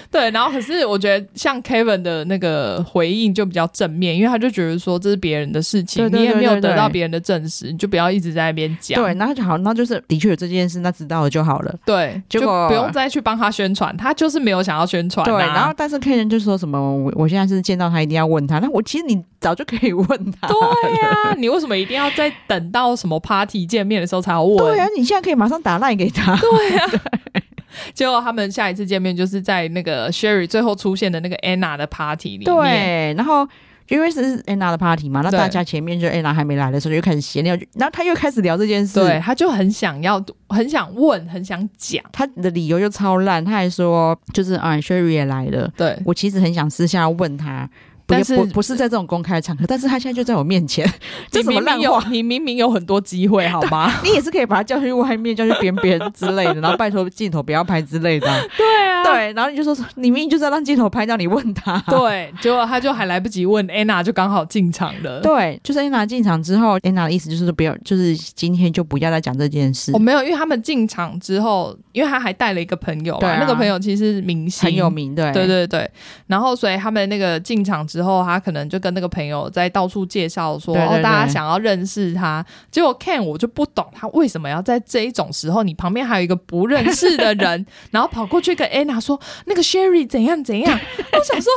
Speaker 2: 对，然后可是我觉得像 Kevin 的那个回应就比较正面，因为他就觉得说这是别人的事情，
Speaker 1: 对对
Speaker 2: 你也没有
Speaker 1: 对对
Speaker 2: 得到
Speaker 1: 对
Speaker 2: 别人的证实，你就不要 一直在那边讲。
Speaker 1: 对，然后就好，那就是的确有这件事，那知道了就好了。
Speaker 2: 对，
Speaker 1: 结
Speaker 2: 就
Speaker 1: 果
Speaker 2: 不用再去帮他宣传，他就是没有想要宣传、啊。
Speaker 1: 对，然后但是 Ken 就说什么，我我现在是见到他一定要问他，那我其实你早就可以问他，
Speaker 2: 对啊呀、 你为什么一定要在等到什么 party 见面的时候才要问？啊
Speaker 1: 对啊，你现在可以马上打赖给他，
Speaker 2: 结果他们下一次见面就是在那个 Sherry 最后出现的那个 Anna 的 party 里面。
Speaker 1: 对，然后。因为是 Anna 的 party 嘛，那
Speaker 2: 对
Speaker 1: 大家前面就 Anna 还没来的时候就开始闲聊，就然后他又开始聊这件事，
Speaker 2: 对，他就很想要，很想问，很想讲。
Speaker 1: 他的理由就超烂，他还说就是啊，Sherry 也来了，
Speaker 2: 对，
Speaker 1: 我其实很想私下问他，不
Speaker 2: 但是
Speaker 1: 不不是在这种公开场合，但是他现在就在我面 前，这
Speaker 2: 你
Speaker 1: 什么
Speaker 2: 明
Speaker 1: 烂
Speaker 2: 明有
Speaker 1: 话？，
Speaker 2: 你明明有很多机会，好吗？
Speaker 1: 你也是可以把他叫去外面，叫去边边之类的，然后拜托镜头不要拍之类的啊、
Speaker 2: 对啊 对
Speaker 1: 对，然后你就说你明明就是要让镜头拍到，你问他。
Speaker 2: 对，结果他就还来不及问 Anna，就刚好进场了。
Speaker 1: 对，就是 Anna 进场之后，Anna 的意思就是不要，就是今天就不要再讲这件事
Speaker 2: 哦，。没有，因为他们进场之后，因为他还带了一个朋友嘛，
Speaker 1: 对啊
Speaker 2: 那个朋友其实是明星，
Speaker 1: 很有名，哎对
Speaker 2: 对对对，然后所以他们那个进场之后，他可能就跟那个朋友在到处介绍说，
Speaker 1: 对对
Speaker 2: 哦，大家
Speaker 1: 对
Speaker 2: 想要认识他。结果 Ken 我就不懂他为什么要在这一种时候，你旁边还有一个不认识的 人，然后跑过去跟 Anna 说那个 Sherry 怎样怎样。我想说，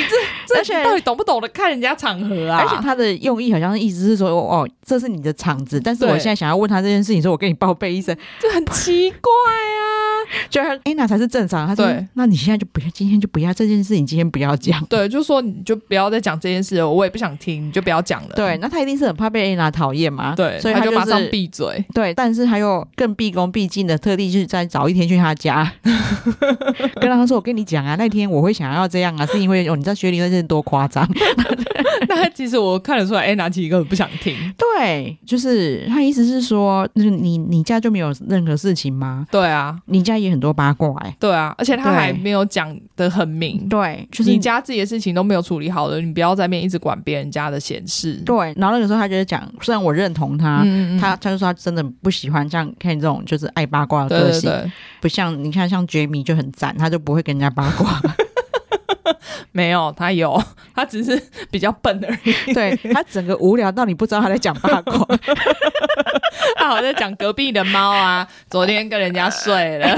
Speaker 1: 而
Speaker 2: 这
Speaker 1: 且
Speaker 2: 这你到底懂不懂得看人家场合啊？
Speaker 1: 而且他的用意好像意思是说，哦，这是你的场子，但是我
Speaker 2: 对
Speaker 1: 现在想要问他这件事情，说我跟你报备一声，
Speaker 2: 这很奇 怪啊。
Speaker 1: 就 Anna 才是正常。他说
Speaker 2: 对，
Speaker 1: 那你现在就不要，今天就不要这件事情，今天不要 讲。
Speaker 2: 对，就说你就不要再讲这件事了，我也不想听，你就不要讲了。
Speaker 1: 对，那他一定是很怕被 Anna 讨厌嘛，
Speaker 2: 对，
Speaker 1: 所以
Speaker 2: 他
Speaker 1: 就
Speaker 2: 就马上
Speaker 1: 是
Speaker 2: 闭嘴。
Speaker 1: 对，但是他又更毕恭毕敬的，特地去再早一天去他家， 跟他说：“我跟你讲啊，那天我会想要这样啊，是因为哦，你知道学历那件多夸 张。
Speaker 2: 那其实我看得出来，Anna 其实根本不想听。”
Speaker 1: 对，就是他意思是说，就是你你家就没有任何事情吗？
Speaker 2: 对啊，
Speaker 1: 你家也很多八卦哎、
Speaker 2: 对啊，而且他
Speaker 1: 对
Speaker 2: 还没有讲的很明，
Speaker 1: 对，就
Speaker 2: 就是是你。家自己的事情都没有处理好的，你不要在面一直管别人家的闲事。
Speaker 1: 对，然后那个时候他就是讲，虽然我认同他，
Speaker 2: 嗯
Speaker 1: 他他就说他真的不喜欢像 Ken 这种就是爱八卦的
Speaker 2: 对
Speaker 1: 个
Speaker 2: 对
Speaker 1: 性，
Speaker 2: 对，
Speaker 1: 不像你看像 Jamie 就很赞，他就不会跟人家八卦。
Speaker 2: 没有，他有， 他只是比较笨而已。
Speaker 1: 对他整个无聊到你不知道他在讲八卦，
Speaker 2: 他好像在讲隔壁的猫啊，昨天跟人家睡了。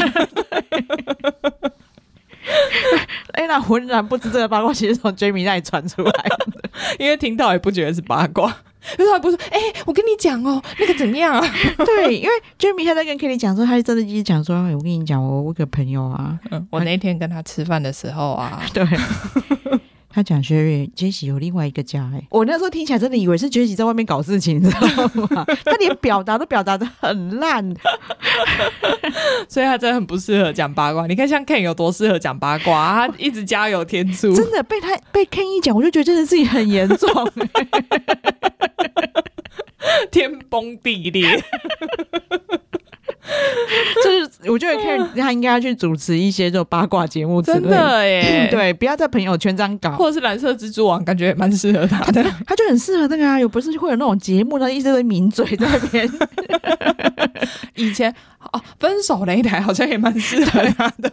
Speaker 1: 哎，那浑然不知这个八卦其实从 Jamie 那里传出来。
Speaker 2: 因为听到也不觉得是八卦，就是他不是说，哎、我跟你讲哦，那个怎么样啊？
Speaker 1: 对，因为 Jamie 他在跟 Kelly 讲说，他真的一直讲说，哎，我跟你讲，我我有个朋友啊，
Speaker 2: 嗯我那天跟他吃饭的时候 啊，
Speaker 1: 对。他讲 Sherry Jesse 有另外一个家哎、我那时候听起来真的以为是 Jesse 在外面搞事情，你知道 吗？他连表达都表达的很烂，
Speaker 2: 所以他真的很不适合讲八卦。你看像 Ken 有多适合讲八卦啊，他一直加油添醋。
Speaker 1: 真的被欸他被 Ken 一讲，我就觉得这件事情很严重、
Speaker 2: 天崩地裂。
Speaker 1: 就是我觉得 Karen 他应该要去主持一些这种八卦节目之类嗯
Speaker 2: 真的耶，，
Speaker 1: 对，不要在朋友圈这样搞。
Speaker 2: 或者是蓝色蜘蛛网，感觉也蛮适合他 的。
Speaker 1: 他就很适合那个啊，有不是会有那种节目，他一直在抿嘴在那 边，
Speaker 2: 以前哦，分手擂台好像也蛮适合他的。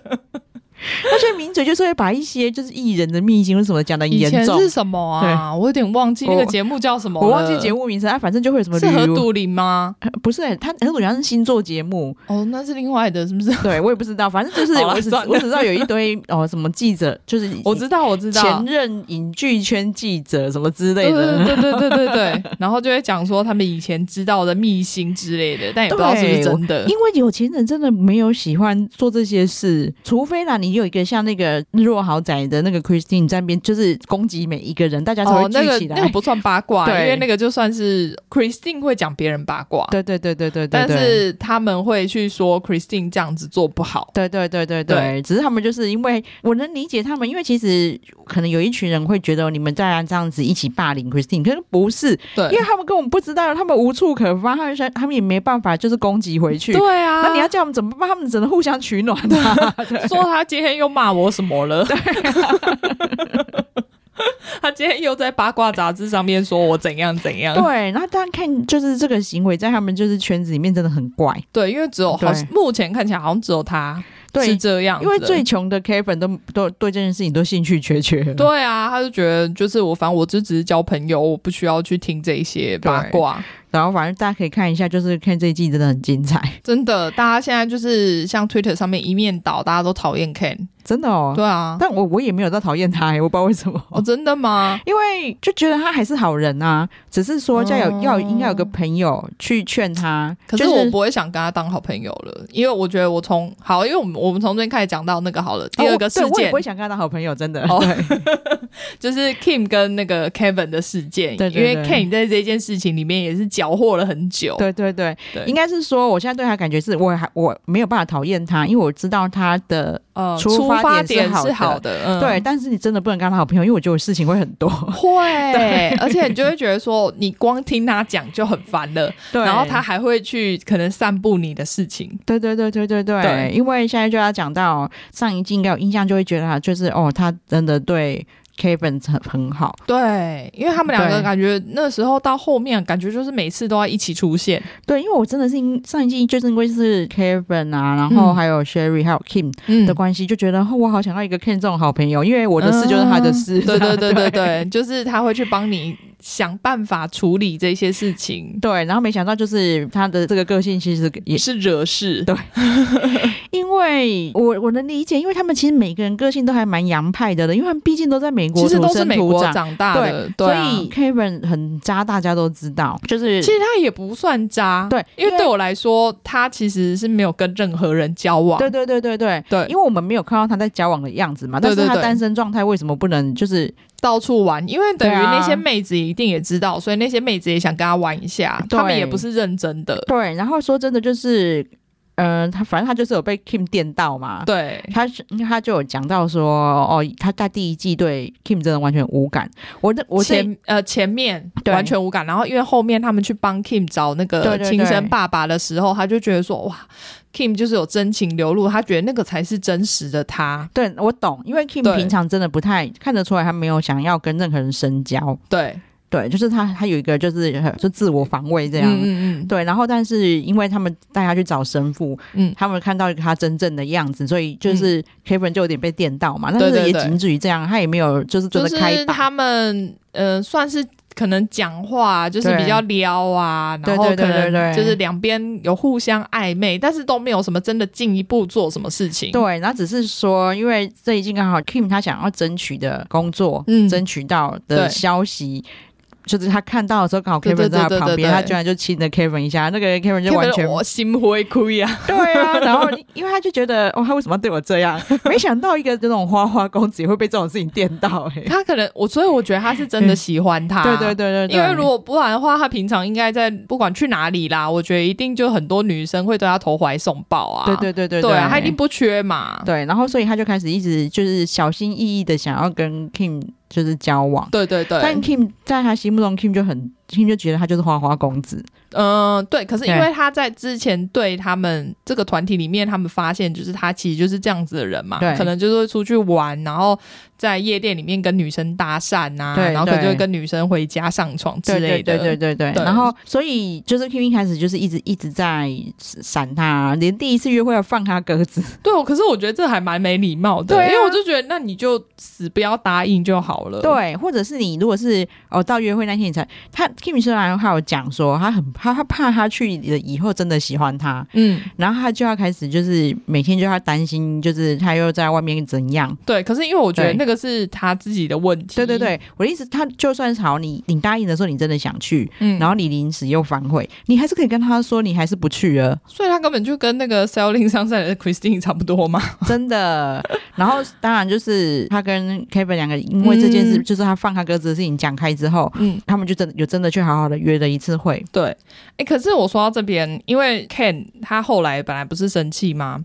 Speaker 1: 而且抿嘴就是会把一些就是艺人的秘辛或什么讲的
Speaker 2: 以
Speaker 1: 严
Speaker 2: 前
Speaker 1: 重
Speaker 2: 是。什么啊？我有点忘记那个节目叫什么了
Speaker 1: 我忘记节目名称啊，反正就会有什么
Speaker 2: 是何
Speaker 1: 旅游
Speaker 2: 笃林吗？
Speaker 1: 呃 不是、欸、他很多好像是星座节目，
Speaker 2: 哦，那是另外的，是不是？
Speaker 1: 对我也不知道，反正就是
Speaker 2: 好啦
Speaker 1: 我只
Speaker 2: 算了
Speaker 1: 我只知道有一堆哦什么记者，就是
Speaker 2: 我知道，我知道，嗯
Speaker 1: 前任影剧圈记者什么之类
Speaker 2: 对
Speaker 1: 的。
Speaker 2: 对对对对对， 然后就会讲说他们以前知道的秘辛之类的，但也不知道是不是真 的。
Speaker 1: 因为有钱人真的没有喜欢做这些事，除非啦，你有一个像那个日落豪宅的那个 Christine 在那边，就是攻击每一个人，大家才会
Speaker 2: 哦，那
Speaker 1: 聚
Speaker 2: 个
Speaker 1: 起来。
Speaker 2: 那个不算八卦，因
Speaker 1: 对
Speaker 2: 为那个就算是 Christine 会讲别人八卦，
Speaker 1: 对对对对对对，
Speaker 2: 但
Speaker 1: 对
Speaker 2: 是他们会去说 Christine 这样子做不好。
Speaker 1: 对对对对对，只是他们就是因为我能理解他们，因为其实可能有一群人会觉得你们在这样子一起霸凌 Christine，可是不是，因为
Speaker 2: 对，
Speaker 1: 他们根本不知道，他们无处可发，他们想他们也没办法就是攻击回去。
Speaker 2: 对啊，
Speaker 1: 那你要叫他们怎么办？他们只能互相取暖啊的、
Speaker 2: 说他今天又骂我什么 了？啊他今天又在八卦杂志上面说我怎样怎样。
Speaker 1: 对，然后当然看就是这个行为在他们就是圈子里面真的很怪。
Speaker 2: 对，因为只有好像，目前看起来好像只有他是
Speaker 1: 对，
Speaker 2: 这样子
Speaker 1: 因
Speaker 2: 的，
Speaker 1: 为最穷的 K 粉都都对这件事情都兴趣缺缺。
Speaker 2: 对啊，他就觉得就是我，反正我就只是交朋友，我不需要去听这些八卦。
Speaker 1: 然后反正大家可以看一下，就是看这一季真的很精彩，
Speaker 2: 真的，大家现在就是像 Twitter 上面一面倒，大家都讨厌 Ken。
Speaker 1: 真的哦。
Speaker 2: 对啊，
Speaker 1: 但我我也没有到讨厌他、欸我不知道为什么。
Speaker 2: 哦，真的吗？
Speaker 1: 因为就觉得他还是好人啊，只是说要有、
Speaker 2: 哦
Speaker 1: 要应该有个朋友去劝他。
Speaker 2: 可是
Speaker 1: 就哦
Speaker 2: 我不会想跟他当好朋友了，因为我觉得我从好，因为我们我们从这边开始讲到那个好了，第二个事
Speaker 1: 哦我对我也
Speaker 2: 件
Speaker 1: 不会想跟他当好朋友，真的。
Speaker 2: 哦，就是 Kim 跟那个 Kevin 的事件，
Speaker 1: 对对
Speaker 2: 因为
Speaker 1: 对
Speaker 2: Kim 在这件事情里面也是搅和了很久。
Speaker 1: 对对对，
Speaker 2: 对
Speaker 1: 应该是说，我现在对他感觉是我还我没有办法讨厌他，因为我知道他的、
Speaker 2: 呃，
Speaker 1: 出
Speaker 2: 出
Speaker 1: 发
Speaker 2: 发
Speaker 1: 点
Speaker 2: 点
Speaker 1: 是
Speaker 2: 是
Speaker 1: 好
Speaker 2: 好的，嗯、
Speaker 1: 对，但是你真的不能跟他当好朋友，因为我觉得我事情会 很多。
Speaker 2: 会，而且你就会觉得说，你光听他讲就很烦了，
Speaker 1: 对
Speaker 2: 然后 他还会去可能散布你的事情。
Speaker 1: 对对对对对对，
Speaker 2: 对
Speaker 1: 因为现在就要讲到上一季，应该有印象就会觉得他就是哦，他真的对 Kevin 很很好。
Speaker 2: 对，因为他们两个
Speaker 1: 对
Speaker 2: 感觉那时候到后面，感觉就是每次都要一起出现。
Speaker 1: 对，因为我真的是因上一季就是因为是 Kevin 啊，然后
Speaker 2: 嗯
Speaker 1: 还有 Sherry 还有 Kim
Speaker 2: 嗯
Speaker 1: 的关系，就觉得、哦我好想要一个 Ken 这种好朋友，因为我的事就是他的事。
Speaker 2: 嗯对对对
Speaker 1: 对。
Speaker 2: 对对，就是他会去帮你想办法处理这些事情，
Speaker 1: 对然后没想到就是他的这个个性，其实也
Speaker 2: 是惹事。
Speaker 1: 对因为我我能理解，因为他们其实每个人个性都还蛮洋派的了，因为他们毕竟都在美国
Speaker 2: 其实
Speaker 1: 土
Speaker 2: 都是
Speaker 1: 生
Speaker 2: 美
Speaker 1: 土
Speaker 2: 国
Speaker 1: 长，
Speaker 2: 长大的，对
Speaker 1: 所
Speaker 2: 啊
Speaker 1: 以 Kevin 很渣，大家都知道，就是
Speaker 2: 其实他也不算渣，
Speaker 1: 对
Speaker 2: 因
Speaker 1: 因为
Speaker 2: 为对我来说，他其实是没有跟任何人交往，
Speaker 1: 对对对对对。
Speaker 2: 对
Speaker 1: 因为我们没有看到他在交往的样子嘛，但是
Speaker 2: 对对
Speaker 1: 他
Speaker 2: 对
Speaker 1: 单身状态为什么不能就是
Speaker 2: 到处玩，因为等
Speaker 1: 对
Speaker 2: 于
Speaker 1: 啊
Speaker 2: 那些妹子一定也知道，所以那些妹子也想跟他玩一下，
Speaker 1: 对
Speaker 2: 他们也不是认真的，
Speaker 1: 对，然后说真的就是，嗯、他反正他就是有被 Kim 电到嘛。
Speaker 2: 对。
Speaker 1: 他是他就有讲到说，哦，他在第一季对 Kim 真的完全无感。我的我是
Speaker 2: 前呃前面
Speaker 1: 对
Speaker 2: 完全无感，然后因为后面他们去帮 Kim 找那
Speaker 1: 对
Speaker 2: 个
Speaker 1: 对对
Speaker 2: 亲生爸爸的时候，他就觉得说哇，Kim 就是有真情流露，他觉得那个才是真实的他。
Speaker 1: 对我懂，因为 Kim
Speaker 2: 对
Speaker 1: 平常真的不太看得出来，他没有想要跟任何人深交。
Speaker 2: 对，
Speaker 1: 对，就是他他有一个就是很就自我防卫这样。
Speaker 2: 嗯嗯
Speaker 1: 对，然后但是因为他们带他去找神父，
Speaker 2: 嗯
Speaker 1: 他们看到他真正的样子，所以就是 Kevin 就有点被电到嘛，
Speaker 2: 对
Speaker 1: 但是
Speaker 2: 对
Speaker 1: 也
Speaker 2: 对
Speaker 1: 仅止于这样，他也没有就是真
Speaker 2: 嗯，就
Speaker 1: 的开
Speaker 2: 是
Speaker 1: 拔。
Speaker 2: 他们呃算是。可能讲话就是比较撩啊，
Speaker 1: 对
Speaker 2: 然后
Speaker 1: 对对
Speaker 2: 可
Speaker 1: 对对
Speaker 2: 能就是两边有互相暧昧，但是都没有什么真的进一步做什么事情。
Speaker 1: 对，然后只是说，因为最近刚好 Kim 他想要争取的工作，
Speaker 2: 嗯
Speaker 1: 争取到的
Speaker 2: 对
Speaker 1: 消息。就是他看到的时候，刚好
Speaker 2: 对
Speaker 1: Kevin
Speaker 2: 对
Speaker 1: 在他
Speaker 2: 对对
Speaker 1: 旁
Speaker 2: 对
Speaker 1: 边，
Speaker 2: 对
Speaker 1: 他居然就亲了 Kevin 一下，那个 Kevin 就完全
Speaker 2: 我心灰 灰啊！
Speaker 1: 对啊。然后因为他就觉得，哦，他为什么要对我这样？ 没想到一个这种花花公子也会被这种事情电到、欸，
Speaker 2: 他可能我，所以我觉得他是真的喜欢他。
Speaker 1: 对对对对对，
Speaker 2: 啊
Speaker 1: 啊
Speaker 2: 因为如果不然的话，他平常应该在不管去哪里啦，我觉得一定就很多女生会对他投怀送抱啊。
Speaker 1: 对对对对
Speaker 2: 对啊，他一定不缺嘛。
Speaker 1: 对，然后所以他就开始一直就是小心翼翼的想要跟 Kim 就是交往，
Speaker 2: 对对对
Speaker 1: 但 Kim 在他心目中 Kim 就很听就觉得他就是花花公子，
Speaker 2: 嗯、对。可是因
Speaker 1: 对
Speaker 2: 为他在之前对他们这个团体里面，他们发现就是他其实就是这样子的人嘛
Speaker 1: 对，
Speaker 2: 可能就是会出去玩，然后在夜店里面跟女生搭讪啊，
Speaker 1: 对
Speaker 2: 然后可
Speaker 1: 对
Speaker 2: 能就会跟女生回家上床之类
Speaker 1: 对对
Speaker 2: 的。
Speaker 1: 对对对。
Speaker 2: 对
Speaker 1: 然后，所以就是 Kim 一开始就是一直一直在闪他，连第一次约会要放他鸽子。
Speaker 2: 对我可是我觉得这还蛮没礼貌的，
Speaker 1: 对啊
Speaker 2: 因为我就觉得那你就死不要答应就好了。
Speaker 1: 对，或者是你如果是哦到约会那天你才他 Kim 虽然他有讲说他很怕他怕他去了以后真的喜欢他，
Speaker 2: 嗯，
Speaker 1: 然后他就要开始就是每天就要担心，就是他又在外面怎样。
Speaker 2: 对。可是因为我觉得
Speaker 1: 对
Speaker 2: 那个是他自己的问题。
Speaker 1: 对对，对，我的意思，他就算是好你你答应的时候你真的想去，
Speaker 2: 嗯，
Speaker 1: 然
Speaker 2: 然后
Speaker 1: 后你临时又反悔，你还是可以跟他说你还是不去 了。
Speaker 2: 所以他根本就跟那个 Selling 上赛的 Christine 差不多嘛。
Speaker 1: 真的。然后当然就是他跟 Kevin 两个，因为这件事，
Speaker 2: 嗯
Speaker 1: 就是他放他鸽子的事情讲开之后，
Speaker 2: 嗯，
Speaker 1: 他们就真的有真的去好好的约了一次会。
Speaker 2: 对，哎、可是我说到这边，因为 Ken 他后来本来不是生气吗？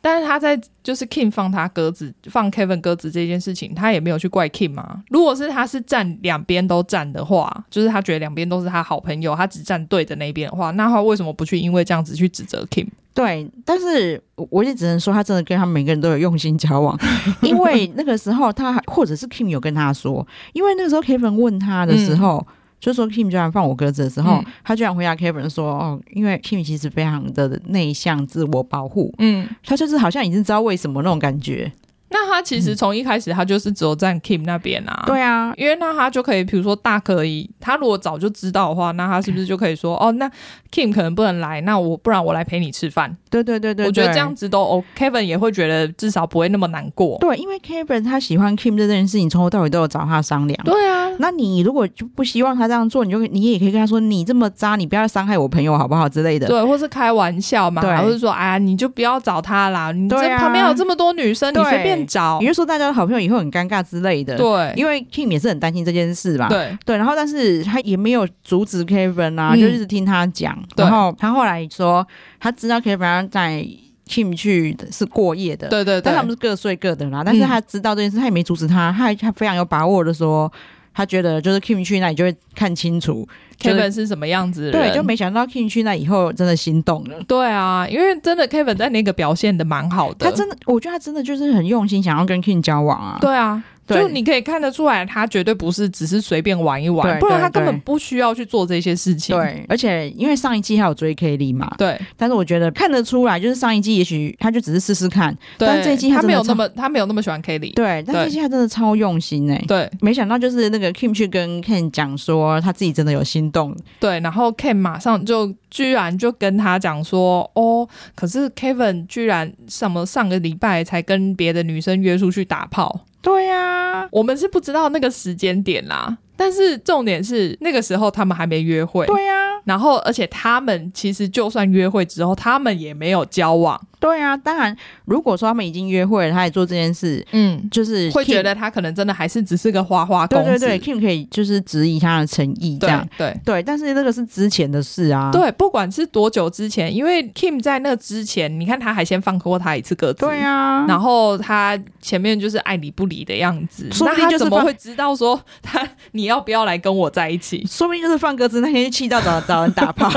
Speaker 2: 但是他在就是 King 放他鸽子，放 Kevin 鸽子这件事情，他也没有去怪 King 嘛。如果是他是站两边都站的话，就是他觉得两边都是他好朋友，他只站对的那一边的话，那他为什么不去因为这样子去指责 King？
Speaker 1: 对，但是我也只能说，他真的跟他们每个人都有用心交 往，因为那个时候他或者是 Kim 有跟他说，因为那时候 Kevin 问他的时候。就说 Kim 居然放我鸽子的时候，
Speaker 2: 嗯
Speaker 1: 他居然回答 Kevin 说：“哦，因为 Kim 其实非常的内向、自我保护，
Speaker 2: 嗯，
Speaker 1: 他就是好像已经知道为什么那种感觉。
Speaker 2: 那他其实从一开始他就是只有站 Kim 那边啊。。
Speaker 1: 对啊，
Speaker 2: 因为那他就可以，比如说大可以，他如果早就知道的话，那他是不是就可以说，哦，那 Kim 可能不能来，那我不然我来陪你吃饭。
Speaker 1: 对对对对
Speaker 2: 我觉得
Speaker 1: 对
Speaker 2: 这样子都哦，Kevin 也会觉得至少不会那么难过。
Speaker 1: 对，因为 Kevin 他喜欢 Kim 这件事情，从头到尾都有找他商量。
Speaker 2: 对啊，
Speaker 1: 那你如果就不希望他这样做，你就你也可以跟他说，你这么渣，你不要伤害我朋友好不好之类的。
Speaker 2: 对，或是开玩笑嘛
Speaker 1: 对，
Speaker 2: 或是说，哎呀，你就不要找他啦，你这
Speaker 1: 对啊
Speaker 2: 旁边有这么多女生，你
Speaker 1: 对
Speaker 2: 随便找
Speaker 1: 也。就是说大家的好朋友以后很尴尬之类的。，
Speaker 2: 对，
Speaker 1: 因为 Kim 也是很担心这件事嘛。
Speaker 2: 对，
Speaker 1: 对，然后但是他也没有阻止 Kevin 啊，
Speaker 2: 嗯
Speaker 1: 就一直听他讲。
Speaker 2: 对
Speaker 1: 然后他后来说，他知道 Kevin 要带 Kim 去是过夜的。
Speaker 2: 对嗯对
Speaker 1: 但他们
Speaker 2: 对，
Speaker 1: 是各睡各的啦。但是他知道这件事，他也没阻止他，他还他非常有把握的说，他觉得就是 Kim 去那里就会看清楚，就是
Speaker 2: Kevin 是什么样子的人？
Speaker 1: 对，就没想到 Kim 去那以后真的心动了。
Speaker 2: 对啊，因为真的 Kevin 在那个表现的蛮好的，
Speaker 1: 他真的，我觉得他真的就是很用心，想要跟 Kim 交往啊。
Speaker 2: 对啊。
Speaker 1: 对
Speaker 2: 就你可以看得出来，他绝对不是只是随便玩一玩
Speaker 1: 对，
Speaker 2: 不然他
Speaker 1: 对对
Speaker 2: 根本不需要去做这些事情。
Speaker 1: 对，而且因为上一季还有追 Kelly 嘛，
Speaker 2: 对
Speaker 1: 但是我觉得看得出来，就是上一季也许他就只是试试看，但
Speaker 2: 对，
Speaker 1: 这一季他
Speaker 2: 他
Speaker 1: 真的
Speaker 2: 没有
Speaker 1: 超
Speaker 2: 那么他没有那么喜欢 Kelly。
Speaker 1: 对，但
Speaker 2: 对
Speaker 1: 这一季他真的超用心哎、
Speaker 2: 对，
Speaker 1: 没想到就是那个 Kim 去跟 Ken 讲说他自己真的有心动，
Speaker 2: 对，然后 Ken 马上就居然就跟他讲说，哦，可是 Kevin 居然什么上个礼拜才跟别的女生约出去打炮，
Speaker 1: 对呀、
Speaker 2: 我们是不知道那个时间点啦。但是重点是那个时候他们还没约会，
Speaker 1: 对呀、
Speaker 2: 然后而且他们其实就算约会之后，他们也没有交往，
Speaker 1: 对啊，当然，如果说他们已经约会了，他也做这件事，
Speaker 2: 嗯，
Speaker 1: 就是
Speaker 2: 会
Speaker 1: Kim-
Speaker 2: 觉得他可能真的还是只是个花花公
Speaker 1: 对对
Speaker 2: 子，
Speaker 1: 对，Kim 可以就是质疑他的诚意这样。
Speaker 2: 对对。
Speaker 1: 对，但是那个是之前的事啊。
Speaker 2: 对，不管是多久之前，因为 Kim 在那之前，你看他还先放过他一次鸽子，
Speaker 1: 对啊，
Speaker 2: 然后他前面就是爱理不理的样子，
Speaker 1: 说不
Speaker 2: 那
Speaker 1: 定
Speaker 2: 他
Speaker 1: 就是
Speaker 2: 怎么
Speaker 1: 放？
Speaker 2: 会知道说他你要不要来跟我在一起
Speaker 1: 说不定就是放鸽子那天气到找找人打炮。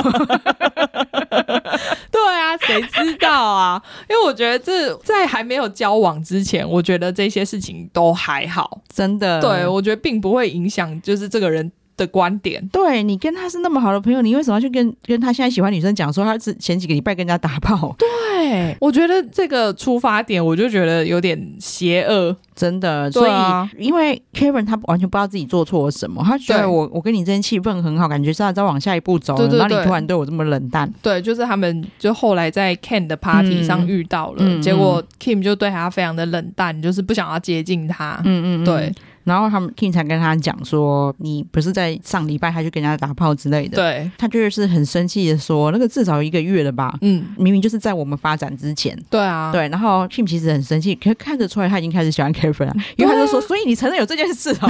Speaker 2: 对啊，谁知道啊？因为我觉得这在还没有交往之前，我觉得这些事情都还好，
Speaker 1: 真的。
Speaker 2: 对我觉得并不会影响就是这个人的观点。
Speaker 1: 对你跟他是那么好的朋友，你为什么要去跟跟他现在喜欢女生讲说他是前几个礼拜跟人家打炮？
Speaker 2: 对，我觉得这个出发点，我就觉得有点邪恶。
Speaker 1: 真的，所
Speaker 2: 对
Speaker 1: 以、
Speaker 2: 啊
Speaker 1: 因为 Kevin 他完全不知道自己做错了什么，他觉得
Speaker 2: 对
Speaker 1: 我我跟你之间气氛很好，感觉是要再往下一步走了，
Speaker 2: 对对
Speaker 1: 然后你
Speaker 2: 对
Speaker 1: 突然对我这么冷淡，
Speaker 2: 对，就是他们就后来在 Ken 的 party
Speaker 1: 嗯
Speaker 2: 上遇到了，
Speaker 1: 嗯
Speaker 2: 结果 Kim 就对他非常的冷淡，就是不想要接近他。
Speaker 1: 嗯嗯，嗯
Speaker 2: 对。
Speaker 1: 然后他们 King 才跟他讲说，你不是在上礼拜还去跟人家打炮之类的。，
Speaker 2: 对，
Speaker 1: 他就是很生气的说，那个至少有一个月了吧，
Speaker 2: 嗯，
Speaker 1: 明明就是在我们发展之前。
Speaker 2: 对啊，
Speaker 1: 对，然后 Kim 其实很生气，可看得出来他已经开始喜欢 Kevin 了，因为他就
Speaker 2: 啊
Speaker 1: 说，所以你承认有这件事哦。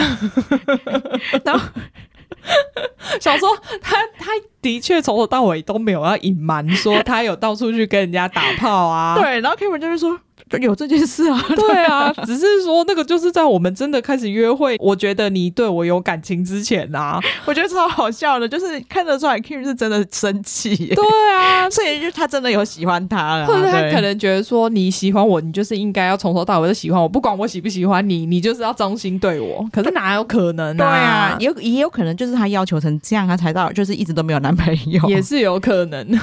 Speaker 2: 想说他他的确从头到尾都没有要隐瞒说他有到处去跟人家打炮啊。
Speaker 1: 对，然后 Kevin 就会说，就有这件事啊，
Speaker 2: 对啊，只是说那个就是在我们真的开始约会，我觉得你对我有感情之前啊，
Speaker 1: 我觉得超好笑的，就是看得出来 Kim 是真的生气耶，
Speaker 2: 对啊，
Speaker 1: 所以就他真的有喜欢他了，
Speaker 2: 或者他
Speaker 1: 对
Speaker 2: 可能觉得说你喜欢我，你就是应该要从头到尾都喜欢我，不管我喜不喜欢你， 你就是要忠心对我。可是哪有可能
Speaker 1: 对啊
Speaker 2: 啊，？
Speaker 1: 也有也有可能就是他要求成这样，他才到就是一直都没有男朋友，
Speaker 2: 也是有可能，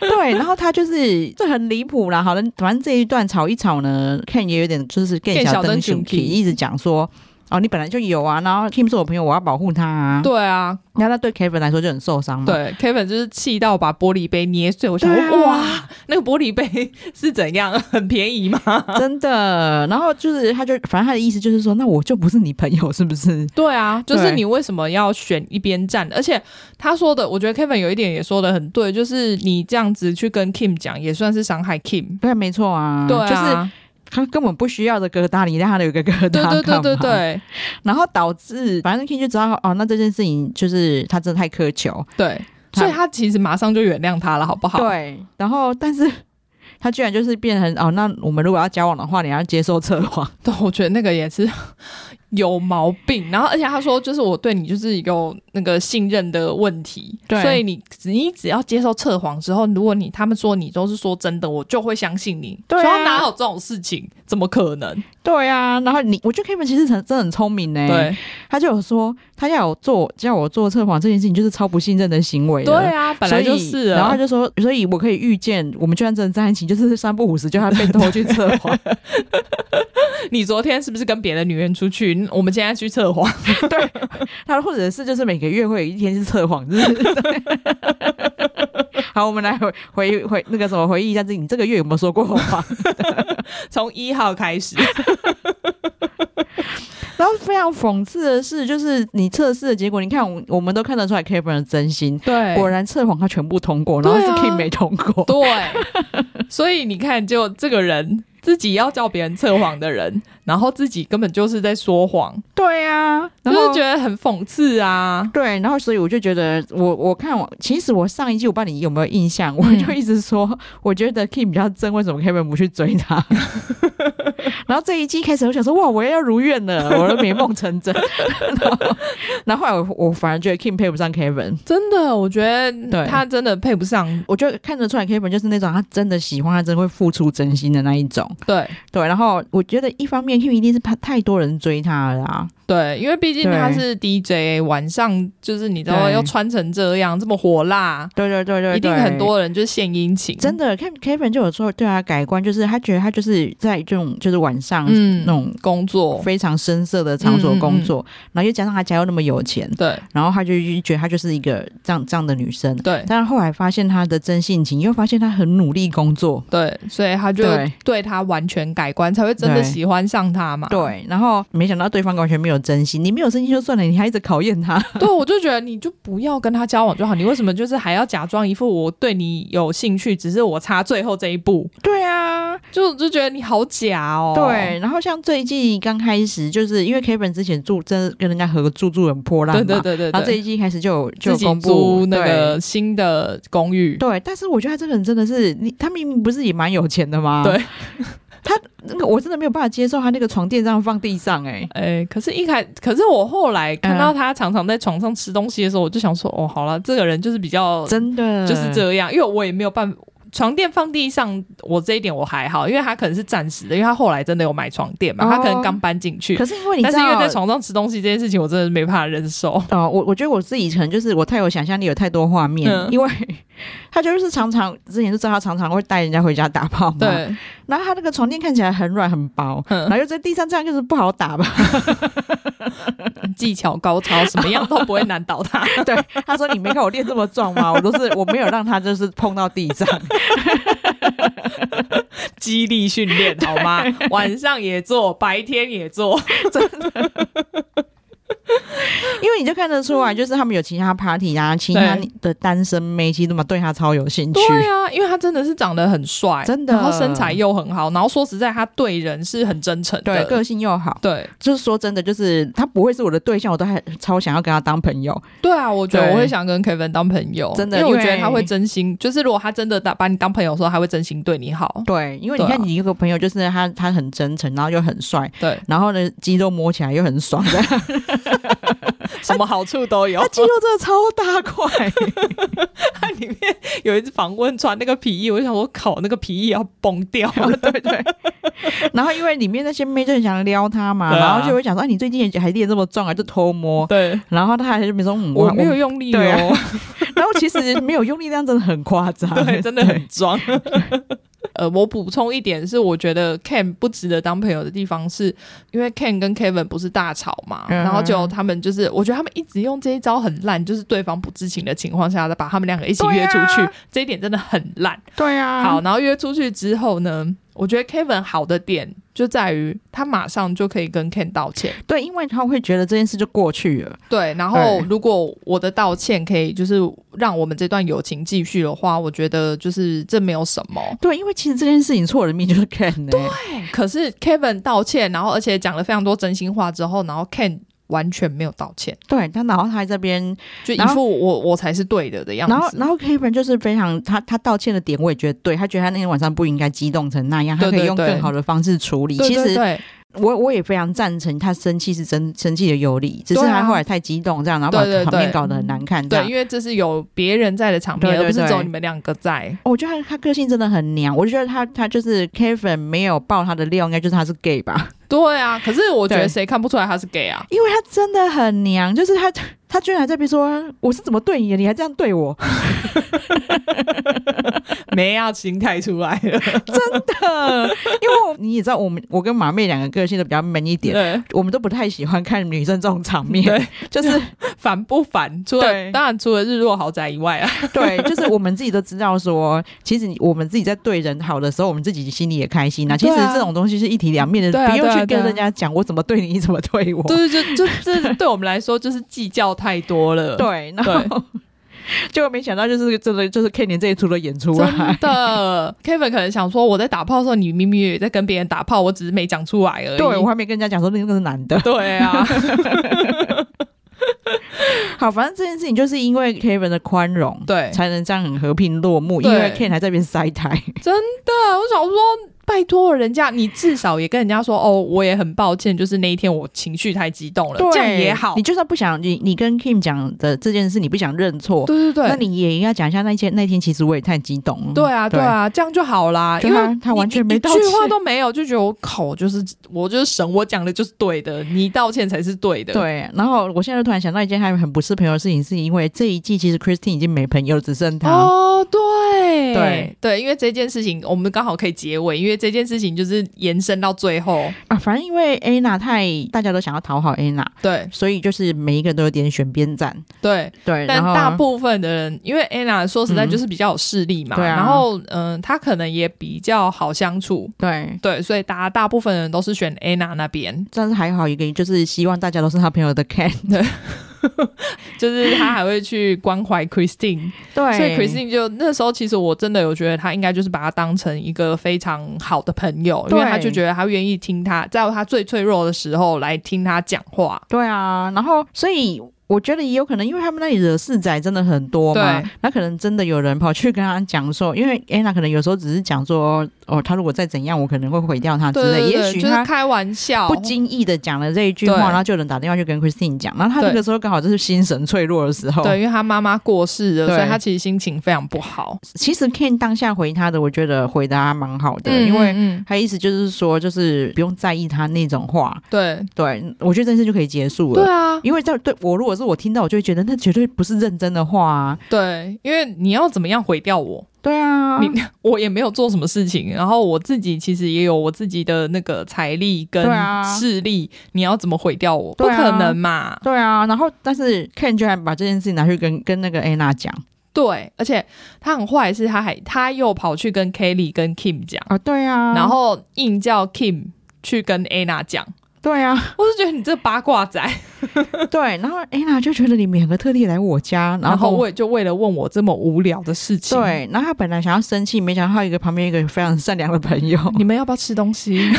Speaker 1: 对，然后他就是这很离谱啦。好了，反正这一段吵一吵呢，Ken 也有点就是更
Speaker 2: 更
Speaker 1: 小
Speaker 2: 小
Speaker 1: 灯
Speaker 2: 灯
Speaker 1: 熊
Speaker 2: 熊
Speaker 1: k
Speaker 2: 气
Speaker 1: 一直讲说。哦，你本来就有啊，然后 Kim 是我朋友，我要保护他啊。，
Speaker 2: 对啊，
Speaker 1: 然后他对 Kevin 来说就很受伤嘛。，
Speaker 2: 对，Kevin 就是气到把玻璃杯捏碎，我想
Speaker 1: 对啊
Speaker 2: 说、哇，那个玻璃杯是怎样？ 很便宜吗？
Speaker 1: 真的。然后就是他就，反正他的意思就是说，那我就不是你朋友，是不是？
Speaker 2: 对啊，就
Speaker 1: 对
Speaker 2: 是你为什么要选一边站？而且他说的，我觉得 Kevin 有一点也说的很对，就是你这样子去跟 Kim 讲，也算是伤害 Kim。
Speaker 1: 对，没错啊。
Speaker 2: 对
Speaker 1: 就是
Speaker 2: 啊，
Speaker 1: 他根本不需要的疙瘩，你让他有个疙瘩
Speaker 2: 对对对
Speaker 1: 干
Speaker 2: 对
Speaker 1: 嘛。
Speaker 2: 对
Speaker 1: 然后导致，反正 Kim 就知道，哦，那这件事情就是他真的太苛求。
Speaker 2: 对，
Speaker 1: 他
Speaker 2: 所以他其实马上就原谅他了，好不好？
Speaker 1: 对，然后但是他居然就是变成哦，那我们如果要交往的话，你要接受测谎。
Speaker 2: 对，我觉得那个也是 有毛病。然后，而且他说，就是我对你就是有那个信任的问题，
Speaker 1: 对
Speaker 2: 所以你只你只要接受测谎之后，如果你他们说你都是说真的，我就会相信你。
Speaker 1: 对啊
Speaker 2: 所以哪有这种事情？怎么可能？
Speaker 1: 对啊，然后你，我觉得 Kevin 其实很真的很聪明呢。，欸
Speaker 2: 对
Speaker 1: 他就有说他要我做叫我做测谎这件事情，就是超不信任的行为
Speaker 2: 对
Speaker 1: 了。
Speaker 2: 啊，本来
Speaker 1: 所
Speaker 2: 就
Speaker 1: 以
Speaker 2: 是啊。
Speaker 1: 然后他就说，所以我可以预见，我们就算真的在一起，就是三不五时就要被偷去测谎。
Speaker 2: 你昨天是不是跟别的女人出去？我们现在去测谎。
Speaker 1: 他或者是就是每个月会有一天是测谎日。 好，我们来回回回那个什么回忆一下自己，你这个月有没有说过谎？
Speaker 2: 从一号开始，
Speaker 1: 然后非常讽刺的是，就是你测试的结果，你看我我们都看得出来 Kevin 的真心，
Speaker 2: 对
Speaker 1: 果然测谎他全部通过，然
Speaker 2: 对啊
Speaker 1: 后是 Kim 没通过。
Speaker 2: 对，所以你看，就这个人自己要叫别人测谎的人，然后自己根本就是在说谎，
Speaker 1: 对啊，
Speaker 2: 就
Speaker 1: 然后
Speaker 2: 是觉得很讽刺啊。
Speaker 1: 对，然后所以我就觉得我，我看我其实我上一季我不知道你有没有印象，
Speaker 2: 嗯
Speaker 1: 我就一直说，我觉得 Kim 比较真，为什么 Kevin 不去追他？ 然后这一季开始，我想说，哇，我要如愿了，我的美梦成真。 然后，然后后来我我反而觉得 Kim 配不上 Kevin。
Speaker 2: 真的，我觉
Speaker 1: 对
Speaker 2: 得他真的配不上。
Speaker 1: 我就看得出来，Kevin 就是那种他真的喜欢，他真的会付出真心的那一种。
Speaker 2: 对
Speaker 1: 对，然后我觉得一方面 Kim 一定是怕太多人追他了啊，
Speaker 2: 对，因为毕竟
Speaker 1: 对
Speaker 2: 他是 DJ，晚上就是你知道
Speaker 1: 对
Speaker 2: 要穿成这样这么火辣，
Speaker 1: 对对对对
Speaker 2: 一定很。多人就是献殷勤。
Speaker 1: 真的看 Kevin 就有说对他改观，就是他觉得他就是在这种就是晚上
Speaker 2: 嗯
Speaker 1: 那种
Speaker 2: 工作，
Speaker 1: 非常深色的场所工
Speaker 2: 嗯
Speaker 1: 作，然后又加上他家又那么有钱，
Speaker 2: 对
Speaker 1: 然后他就觉得他就是一个这样这样的女生。
Speaker 2: 对
Speaker 1: 但后来发现他的真性情，又发现他很努力工作，
Speaker 2: 对，所以他就
Speaker 1: 对
Speaker 2: 对他完全改观，才会真
Speaker 1: 对
Speaker 2: 的喜欢上他嘛。
Speaker 1: 对，然后没想到对方完全没有真心，你没有真心就算了，你还一直考验他，
Speaker 2: 对，我就觉得你就不要跟他交往就好，你为什么就是还要假装一副我对你有兴趣，只是我差最后这一步，
Speaker 1: 对啊，
Speaker 2: 就就觉得你好假哦。
Speaker 1: 对，然后像最近刚开始，就是因为 Kevin 之前住真的跟人家合住住很破烂嘛，
Speaker 2: 对对对对
Speaker 1: 然后这
Speaker 2: 对，
Speaker 1: 一季开始就有就
Speaker 2: 自
Speaker 1: 有
Speaker 2: 己
Speaker 1: 公布
Speaker 2: 租那
Speaker 1: 对
Speaker 2: 个新的公寓，
Speaker 1: 对，但是我觉得他这个人真的是，你他明明不是也蛮有钱的吗？
Speaker 2: 对，
Speaker 1: 他那个我真的没有办法接受他那个床垫这样放地上、欸，
Speaker 2: 哎，可是一开，可是我后来看到他常常在床上吃东西的时候，我就想说，哦，好了，这个人就是比较
Speaker 1: 真的
Speaker 2: 哦就是。这样，因为我也没有办法。床垫放地上，我这一点我还好，因为他可能是暂时的，因为他后来真的有买床垫嘛，他可能
Speaker 1: 哦
Speaker 2: 刚搬进去，
Speaker 1: 可是因为你
Speaker 2: 但
Speaker 1: 知
Speaker 2: 是因为
Speaker 1: 道，
Speaker 2: 在床上吃东西这件事情，我真的没办法忍 受。
Speaker 1: 呃，我我觉得我自己可能就是我太有想象力，有太多画面，
Speaker 2: 嗯
Speaker 1: 因为他就是常常之前就知道他常常会带人家回家打炮嘛，
Speaker 2: 对，嗯
Speaker 1: 然后他那个床垫看起来很软很薄，然后又在地上，这样就是不好打吧？
Speaker 2: 技巧高超，什么样都不会难倒 他。
Speaker 1: 对， 他说你没看我练这么壮吗？我都是我没有让他就是碰到地上，
Speaker 2: 激励训练 好吗？晚上也做，白天也做。
Speaker 1: 因为你就看得出来，就是他们有其他 party 啊，其他
Speaker 2: 嗯对
Speaker 1: 的单身妹其实都嘛对他超有兴趣。
Speaker 2: 对啊，因为他真的是长得很帅，
Speaker 1: 真的
Speaker 2: 然后身材又很好，然后说实在，他对人是很真诚
Speaker 1: 对
Speaker 2: 的，
Speaker 1: 个性又好，
Speaker 2: 对
Speaker 1: 就是说真的，就是他不会是我的对象，我都还超想要跟他当朋友。
Speaker 2: 对啊，我觉得
Speaker 1: 对
Speaker 2: 我会想跟 Kevin 当朋友，
Speaker 1: 真的
Speaker 2: 因为我
Speaker 1: 因为
Speaker 2: 觉得他会真心，就是如果他真的打把你当朋友的时候，他会真心对你好，
Speaker 1: 对，因为你
Speaker 2: 对啊
Speaker 1: 看你有个朋友，就是他，他很真诚，然后又很帅，
Speaker 2: 对，
Speaker 1: 然后呢肌肉摸起来又很爽， 他
Speaker 2: 什么好处都 有。
Speaker 1: 肌肉真的超大块。
Speaker 2: 他里面有一次访问穿那个皮衣，我就想我靠，那个皮衣要崩掉了，
Speaker 1: 对对。然后因为里面那些妹就很想撩他嘛，
Speaker 2: 对啊
Speaker 1: 然后就会想说：“哎，你最近也还练这么壮啊，就偷摸。
Speaker 2: 对”。
Speaker 1: 然后他还是没说：“嗯，
Speaker 2: 我没有。用力
Speaker 1: 对
Speaker 2: 哦，
Speaker 1: 然后其实没有用力量真的很夸张，
Speaker 2: 对，真的很装。 呃，我补充一点是，我觉得 Ken 不值得当朋友的地方是，因为 Ken 跟 Kevin 不是大吵嘛，
Speaker 1: 嗯
Speaker 2: 然后就他们就是，我觉得他们一直用这一招很烂，就是对方不知情的情况下，把他们两个一起约出去，
Speaker 1: 对啊
Speaker 2: 这一点真的很烂。
Speaker 1: 对啊。
Speaker 2: 好，，然后约出去之后呢，我觉得 Kevin 好的点就在于他马上就可以跟 Ken 道歉，
Speaker 1: 对，因为他会觉得这件事就过去了。
Speaker 2: 对，然后
Speaker 1: 对
Speaker 2: 如果我的道歉可以就是让我们这段友情继续的话，我觉得就是这没有什么。
Speaker 1: 对，因为其实这件事情错人命就是 Ken 呢、
Speaker 2: 可是 Kevin 道歉，然后而且讲了非常多真心话之后，然后 Ken 完全没有道歉，
Speaker 1: 对，他然后他还这边，
Speaker 2: 就一
Speaker 1: 然
Speaker 2: 副我我才是对的的样子。
Speaker 1: 然后然后 Kevin 就是非常他他道歉的点，我也觉得对他觉得他那天晚上不应该激动成那样，他
Speaker 2: 对
Speaker 1: 可
Speaker 2: 对
Speaker 1: 以用
Speaker 2: 对
Speaker 1: 更好的方式处理。
Speaker 2: 对对
Speaker 1: 其实
Speaker 2: 对
Speaker 1: 我我也非常赞成他生气是真生气的有理，只是
Speaker 2: 对啊
Speaker 1: 他后来太激动这样，然后把
Speaker 2: 对对对
Speaker 1: 场面搞得很难看这
Speaker 2: 对，
Speaker 1: 样。
Speaker 2: 因为这是有别人在的场面，
Speaker 1: 对对
Speaker 2: 而不是
Speaker 1: 对
Speaker 2: 只有你们两个在。
Speaker 1: 哦我觉得他他个性真的很娘，我就觉得他他就是 Kevin 没有爆他的料，应该就是他是 gay 吧，
Speaker 2: 对啊，可是我觉得
Speaker 1: 对
Speaker 2: 谁看不出来他是 gay 啊？
Speaker 1: 因为他真的很娘，就是他他居然还在那边说我是怎么对你的，你还这样对我，
Speaker 2: 没啊，心态出来了。
Speaker 1: 因为我你也知道我们我跟马妹两个个性都比较 man 一点，
Speaker 2: 对，
Speaker 1: 我们都不太喜欢看女生这种场面
Speaker 2: 对，
Speaker 1: 就是
Speaker 2: 烦不烦？除了
Speaker 1: 对
Speaker 2: 当然除了日落豪宅以外啊，
Speaker 1: 对，就是我们自己都知道说，其实你我们自己在对人好的时候，我们自己心里也开心呐、其实
Speaker 2: 对啊
Speaker 1: 这种东西是一体两面的，
Speaker 2: 对啊
Speaker 1: 不用
Speaker 2: 对啊
Speaker 1: 去
Speaker 2: 对
Speaker 1: 跟
Speaker 2: 啊
Speaker 1: 人家讲我怎么对你，你怎么对我。
Speaker 2: 对对，就就这对我们来说就是计较太多了。
Speaker 1: 对，啊然后结果没想到 就是真的就是 K 年这一出的演出啊
Speaker 2: 真。的，Kevin 可能想说，我在打炮的时候，你明明也在跟别人打炮，我只是没讲出来而已。
Speaker 1: 对，我还没跟人家讲说那个是男的。
Speaker 2: 对啊，
Speaker 1: 好，反正这件事情就是因为 Kevin 的宽容，
Speaker 2: 对，
Speaker 1: 才能这样很和平落幕。因
Speaker 2: 对
Speaker 1: 为 Ken 还在那边塞台，
Speaker 2: 对，啊我想说，拜托人家，你至少也跟人家说，哦，我也很抱歉，就是那一天我情绪太激动了， 这样也好
Speaker 1: 你。就算不想你你跟 Kim 讲的这件事，你不想认错，
Speaker 2: 对对
Speaker 1: 那
Speaker 2: 对，
Speaker 1: 你也应该讲一下那天那天其实我也太激动了。
Speaker 2: 对啊对啊，这样就好啦，
Speaker 1: 对
Speaker 2: 因为
Speaker 1: 他他
Speaker 2: 你
Speaker 1: 完全
Speaker 2: 你
Speaker 1: 没道
Speaker 2: 一句话
Speaker 1: 歉
Speaker 2: 都没有，就觉得我靠，我就是我就是神，我讲的就是对的，你道歉才是对的。
Speaker 1: 对，然后我现在就突然想到一件还很不是朋友的事情，是因为这一季其实 Christine 已经没朋友了，只剩他。
Speaker 2: 哦，对
Speaker 1: 对
Speaker 2: 对，因为这件事情我们刚好可以结尾，因为这件事情就是延伸到最后。
Speaker 1: 啊，反正因为 Anna 太大家都想要讨好 Anna，
Speaker 2: 对
Speaker 1: 所以就是每一个都有点选边站。
Speaker 2: 对，
Speaker 1: 对，
Speaker 2: 但
Speaker 1: 然后
Speaker 2: 大部分的人，因为 Anna 说实在
Speaker 1: 嗯
Speaker 2: 就是比较有势力嘛，
Speaker 1: 对啊
Speaker 2: 然后嗯、她可能也比较好相处，
Speaker 1: 对，
Speaker 2: 对，所以大家大部分人都是选 Anna 那边，
Speaker 1: 但是还好一个就是希望大家都是他朋友的 Ken。
Speaker 2: 就是她还会去关怀 Christine，
Speaker 1: 对
Speaker 2: 所以 Christine 就那时候其实我真的有觉得她应该就是把她当成一个非常好的朋友，因为
Speaker 1: 对
Speaker 2: 她就觉得她愿意听她在她最脆弱的时候来听她讲话，
Speaker 1: 对啊，然后所以。我觉得也有可能，因为他们那里惹事仔真的很多嘛
Speaker 2: 对，
Speaker 1: 那可能真的有人跑去跟他讲说，因为 Anna 可能有时候只是讲说，哦，他如果再怎样，我可能会毁掉他之
Speaker 2: 对
Speaker 1: 类，
Speaker 2: 对对，
Speaker 1: 也许
Speaker 2: 就是
Speaker 1: 他
Speaker 2: 开玩笑，
Speaker 1: 不经意的讲了这一句
Speaker 2: 对
Speaker 1: 话，然后就有人打电话去跟 Christine 讲，然后他那个时候刚好就是心神脆弱的时候。
Speaker 2: 对，，因为他妈妈过世了，
Speaker 1: 哦对
Speaker 2: 所以他其实心情非常不好。
Speaker 1: 其实 Ken 当下回他的，我觉得回答蛮好的，
Speaker 2: 嗯
Speaker 1: 因为
Speaker 2: 嗯嗯
Speaker 1: 他意思就是说，就是不用在意他那种话。
Speaker 2: 对
Speaker 1: 对，我觉得这件事就可以结束了。
Speaker 2: 对 啊，
Speaker 1: 因为在对我，如果是我听到，我就会觉得那绝对不是认真的话啊。
Speaker 2: 对，因为你要怎么样毁掉我？
Speaker 1: 对啊，
Speaker 2: 你我也没有做什么事情，然后我自己其实也有我自己的那个财力跟
Speaker 1: 对啊
Speaker 2: 势力，你要怎么毁掉我？不
Speaker 1: 对啊
Speaker 2: 可能嘛！
Speaker 1: 对啊。然后，但是 Ken 居然把这件事情拿去跟跟那个 Anna 讲
Speaker 2: 对，而且他很坏，是他还他又跑去跟 Kelly 跟 Kim 讲，
Speaker 1: 哦啊，对啊。
Speaker 2: 然后硬叫 Kim 去跟 Anna 讲。
Speaker 1: 对 啊，
Speaker 2: 我是觉得你这八卦仔，
Speaker 1: 对。然后 Anna 就觉得你们两个特地来我家，
Speaker 2: 然后
Speaker 1: 后
Speaker 2: 为就为了问我这么无聊的事情，，
Speaker 1: 对，然后他本来想要生气，没想到他有一个旁边一个非常善良的朋 友，
Speaker 2: 你们要不要吃东西？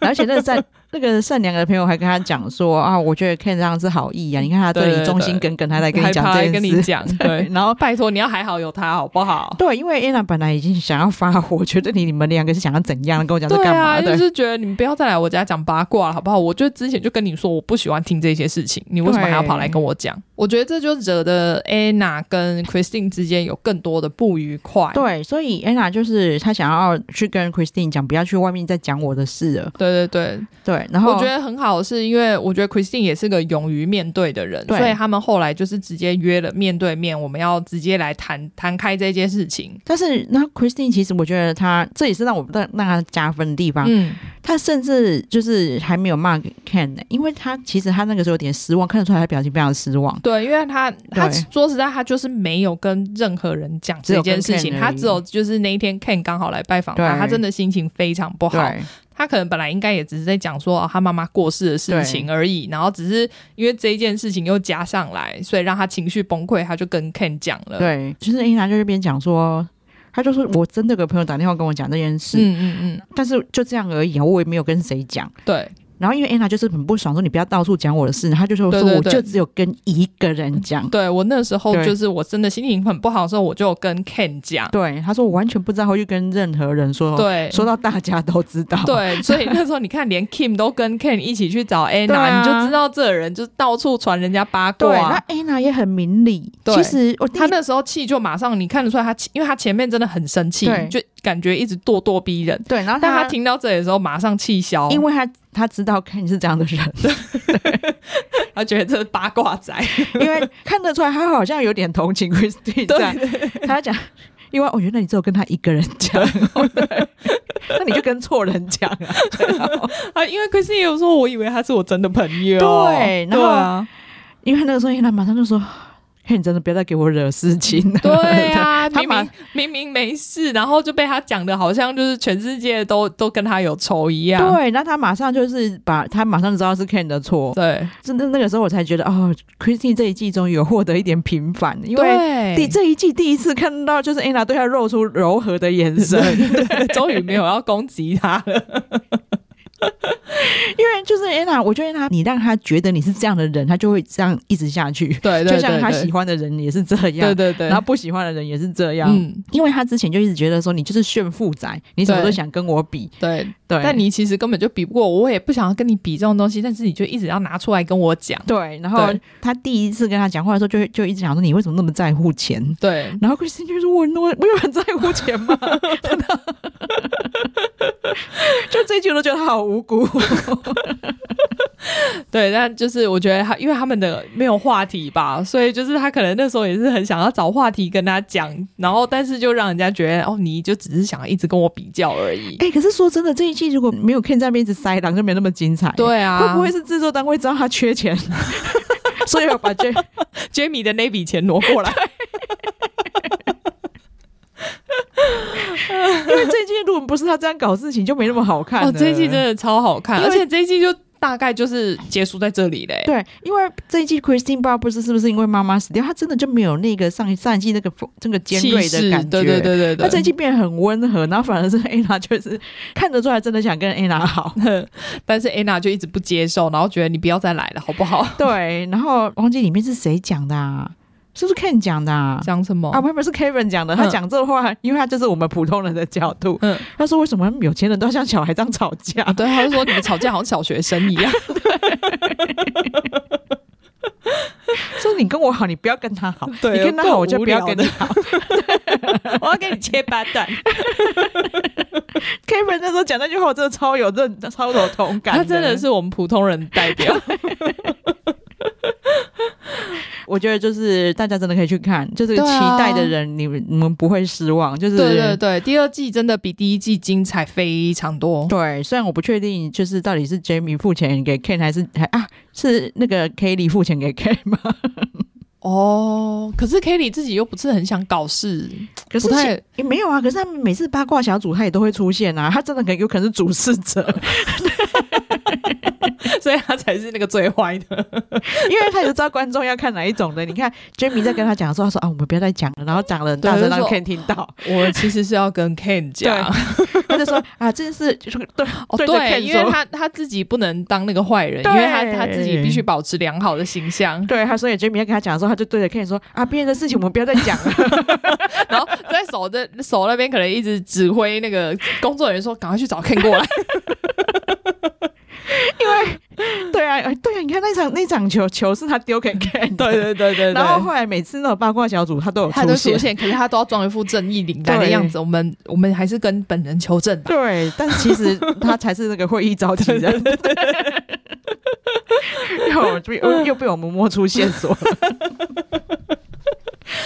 Speaker 1: 而且那个善那个善良的朋友还跟他讲说啊，我觉得 Ken 这样是好意啊，你看他对
Speaker 2: 对
Speaker 1: 你
Speaker 2: 对
Speaker 1: 忠心耿耿，他来 跟你
Speaker 2: 还
Speaker 1: 讲
Speaker 2: 跑
Speaker 1: 这
Speaker 2: 来
Speaker 1: 件事，
Speaker 2: 跟你讲，
Speaker 1: 对
Speaker 2: 对，
Speaker 1: 然后。
Speaker 2: 拜托你要还好有他好不好？
Speaker 1: 对，因为 Anna 本来已经想要发火，觉得你你们两个是想要怎样，跟我讲这
Speaker 2: 对
Speaker 1: 干嘛？
Speaker 2: 啊，
Speaker 1: 对
Speaker 2: 就是觉得你们不要再来我家讲八卦了，好不好？我就之前就跟你说，我不喜欢听这些事情，你为什么还要跑来跟我讲？我觉得这就惹得 Anna 跟 Christine 之间有更多的不愉快。
Speaker 1: 对，所以 Anna 就是她想要去跟 Christine 讲，不要去外面再讲我的事了。
Speaker 2: 对对对，
Speaker 1: 对，然后
Speaker 2: 我觉得很好，是因为我觉得 Christine 也是个勇于面对的人，
Speaker 1: 对
Speaker 2: 所以他们后来就是直接约了面对面，我们要直接来谈谈开这件事情。
Speaker 1: 但是那 Christine 其实我觉得她这也是让我让让她加分的地方，
Speaker 2: 嗯，
Speaker 1: 他甚至就是还没有骂 Ken，、呢，因为他其实他那个时候有点失望，看得出来他表情非常失望。
Speaker 2: 对，因为他他
Speaker 1: 对
Speaker 2: 说实在，他就是没有跟任何人讲
Speaker 1: 只有
Speaker 2: 这件事
Speaker 1: 跟
Speaker 2: 情，
Speaker 1: Ken
Speaker 2: 他
Speaker 1: 而已
Speaker 2: 只有就是那一天 Ken 刚好来拜访他，
Speaker 1: 对
Speaker 2: 他真的心情非常不好。
Speaker 1: 对
Speaker 2: 他可能本来应该也只是在讲说、哦、他妈妈过世的事情而已，然后只是因为这一件事情又加上来，所以让他情绪崩溃，他就跟 Ken 讲了。，
Speaker 1: 对，就是 Ina 就这边讲说，他就说我真的有个朋友打电话跟我讲这件事，
Speaker 2: 嗯嗯嗯，
Speaker 1: 但是就这样而已啊，我也没有跟谁讲。
Speaker 2: 对
Speaker 1: 然后因为 Anna 就是很不爽，说你不要到处讲我的事，然后他就说
Speaker 2: 对
Speaker 1: 说
Speaker 2: 对
Speaker 1: 我
Speaker 2: 对
Speaker 1: 就只有跟一个人讲。
Speaker 2: 对，我那时候
Speaker 1: 对
Speaker 2: 就是我真的心情很不好的时候，我就有跟 Ken 讲。
Speaker 1: 对，他说我完全不知道会去跟任何人说，
Speaker 2: 对
Speaker 1: 说到大家都知道。
Speaker 2: 对，所以那时候你看，连 Kim 都跟 Ken 一起去找 Anna，、
Speaker 1: 对啊
Speaker 2: 你就知道这人就是到处传人家八
Speaker 1: 对，
Speaker 2: 卦啊、
Speaker 1: 那 Anna 也很明理。
Speaker 2: 对
Speaker 1: 其实我第一
Speaker 2: 他那时候气就马上，你看得出来他气，因为他前面真的很生气
Speaker 1: 对，
Speaker 2: 就感觉一直咄咄逼人。
Speaker 1: 对，然后
Speaker 2: 但他听到这里的时候，马上气消，
Speaker 1: 因为他他知道 Ken 是这样的人，
Speaker 2: 他觉得这是八卦仔。
Speaker 1: 因为看得出来他好像有点同情 Christine 这样，他讲。因为我觉得你只有跟他一个人讲，那你就跟错人讲啊。
Speaker 2: 啊，因为 Christine 有说，我以为他是我真的朋友。
Speaker 1: 对然后
Speaker 2: 对啊，
Speaker 1: 因为那个时候，伊兰马上就说：“嘿，你真的不要再给我惹事情了。”
Speaker 2: 对啊，
Speaker 1: 他
Speaker 2: 明
Speaker 1: 马
Speaker 2: 明明明没事，然后就被他讲的好像就是全世界都都跟他有仇一样。
Speaker 1: 对，那他马上就是把他马上知道是 Ken 的错。
Speaker 2: 对
Speaker 1: 真的那个时候，我才觉得哦，Christine 这一季终于有获得一点平反，因为
Speaker 2: 对
Speaker 1: 第这一季第一次看到就是 Anna 对他露出柔和的眼神，
Speaker 2: 对，终于没有要攻击他了。
Speaker 1: 因为就是 Anna，我觉得 Anna，你让他觉得你是这样的人，他就会这样一直下去。
Speaker 2: 对
Speaker 1: 就像他喜欢的人也是这样，
Speaker 2: 对对对，
Speaker 1: 然后不喜欢的人也是这样。
Speaker 2: 嗯，
Speaker 1: 因为他之前就一直觉得说你就是炫富仔，你什么
Speaker 2: 对
Speaker 1: 都想跟我比，
Speaker 2: 对。
Speaker 1: 对，
Speaker 2: 但你其实根本就比不过我，我也不想要跟你比这种东西，但是你就一直要拿出来跟我讲。
Speaker 1: 对，然后
Speaker 2: 对
Speaker 1: 他第一次跟他讲话的时候就，就一直想说你为什么那么在乎钱？
Speaker 2: 对，
Speaker 1: 然后 Christine 就说：“我我我有很在乎钱 吗？”真的，就这一句我都觉得他好无辜。
Speaker 2: 对，但就是我觉得他，因为他们的没有话题吧，所以就是他可能那时候也是很想要找话题跟他讲，然后但是就让人家觉得哦，你就只是想要一直跟我比较而已。
Speaker 1: 哎、可是说真的，这一季如果没有 Ken 在那边一直塞狼，就没那么精彩。
Speaker 2: 对啊，
Speaker 1: 会不会是制作单位知道他缺钱， 所以要把这
Speaker 2: Jamie 的那笔钱挪过来？
Speaker 1: 因为这一季如果不是他这样搞事情，就没那么好看了。
Speaker 2: 哦， 这一季真的超好看，
Speaker 1: 因为
Speaker 2: 而且这一季就大概就是结束在这里嘞。
Speaker 1: 对，因为这一季 Christine 不知道不是是不是因为妈妈死掉，她真的就没有那个上一上一季那个这个尖锐
Speaker 2: 气
Speaker 1: 的
Speaker 2: 势
Speaker 1: 感觉。
Speaker 2: 对对。对对对，
Speaker 1: 她这一季变得很温和，然后反而是 Anna 就是看得出来真的想跟 Anna 好。
Speaker 2: 但是 Anna 就一直不接受，然后觉得你不要再来了，好不 好？
Speaker 1: 对，然后忘记里面是谁讲的、啊，是不是 Ken 讲的、啊？
Speaker 2: 讲什么？
Speaker 1: 啊，不是不是 Kevin 讲的，他
Speaker 2: 哦嗯
Speaker 1: 讲这话，因为他就是我们普通人的角度。
Speaker 2: 嗯
Speaker 1: 他说为什么有钱人都要像小孩这样吵 架？
Speaker 2: 啊，对，他就说你们吵架好像小学生一样。
Speaker 1: 说你跟我好，你不要跟他好；
Speaker 2: 对
Speaker 1: 你跟他好，我就不要
Speaker 2: 更无聊
Speaker 1: 跟你好。
Speaker 2: 我要跟你切八段。
Speaker 1: Kevin 那时候讲那句话，我真的超有认， 超有同感。
Speaker 2: 他真的，是我们普通人代 表。
Speaker 1: 我觉得就是大家真的可以去看，就是
Speaker 2: 对
Speaker 1: 期
Speaker 2: 啊
Speaker 1: 待的人，你们你们不会失望。就是
Speaker 2: 对对对，第二季真的比第一季精彩非常多。
Speaker 1: 对虽然我不确定，就是到底是 Jamie 付钱给 Ken 还是还啊是那个 Kelly 付钱给 Ken 吗？
Speaker 2: 哦，可是 Kelly 自己又不是很想搞事，
Speaker 1: 可是
Speaker 2: 不
Speaker 1: 其
Speaker 2: 太
Speaker 1: 也没有 啊，可是他们每次八卦小组他也都会出现啊，他真的可能有可能是主事者。
Speaker 2: 所以他才是那个最坏的。
Speaker 1: 因为他就知道观众要看哪一种的。你看 Jamie 在跟他讲的时候，他说啊，我们不要再讲了，然后讲了很大声，
Speaker 2: 对就是
Speaker 1: 让
Speaker 2: 说
Speaker 1: Ken 听到，
Speaker 2: 我其实是要跟 Ken 讲，
Speaker 1: 他就说啊，这件事就是对
Speaker 2: 哦
Speaker 1: 对着 Ken
Speaker 2: 对，因为
Speaker 1: 说
Speaker 2: 他他自己不能当那个坏人，因
Speaker 1: 对
Speaker 2: 为他他自己必须保持良好的形象。
Speaker 1: 对，他说 Jamie 要跟他讲的时候，他就对着 Ken 说啊，别人的事情我们不要再讲 了。
Speaker 2: 然后在手的手那边可能一直指挥那个工作人员说：“赶快去找 Ken 过来。
Speaker 1: 对啊，哎对啊，你看那场那场球球是他丢给 Ken 的。”
Speaker 2: 对对对
Speaker 1: 然后后来每次那种八卦小组他都有
Speaker 2: 他
Speaker 1: 出
Speaker 2: 都出
Speaker 1: 现，
Speaker 2: 现，可是他都要装一副正义凛然的
Speaker 1: 对
Speaker 2: 样子。我们我们还是跟本人 求证吧。
Speaker 1: 对，但其实他才是那个会议召集人。 又被又又被我们摸出线索了。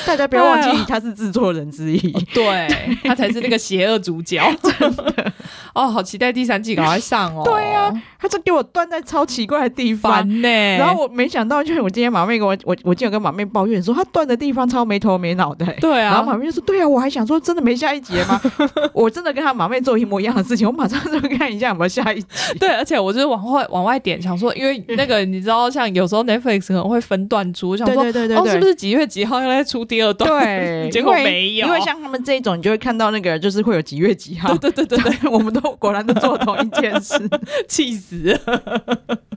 Speaker 1: 大家不要忘
Speaker 2: 哎呦
Speaker 1: 记，他是制作人之一。
Speaker 2: 对 他才是那个邪恶主 角。哦，好期待第三季赶快上哦！
Speaker 1: 对啊，他就给我断在超奇怪的地方。
Speaker 2: 烦呢、
Speaker 1: 然后我没想到，就是我今天马妹跟我我我今天有跟马妹抱怨说，他断的地方超没头没脑的、欸。
Speaker 2: 对
Speaker 1: 然后马
Speaker 2: 啊，
Speaker 1: 妹就说：“对啊，我还想说，真的没下一集了吗？ 我真的跟他马妹做一模一样的事情，我马上就看一下有没有下一集。
Speaker 2: 对，而且我就是往外往外点，想说，因为那个你知道，像有时候 Netflix 可能会分段出，想说
Speaker 1: 嗯对
Speaker 2: 哦，是不是几月几号要再出第二段？，
Speaker 1: 对
Speaker 2: 结果
Speaker 1: 因为
Speaker 2: 没有，
Speaker 1: 因为像他们这一种，你就会看到那个就是会有几月几号。对啊对对 对我们都果然都做同一件 事
Speaker 2: 气死了，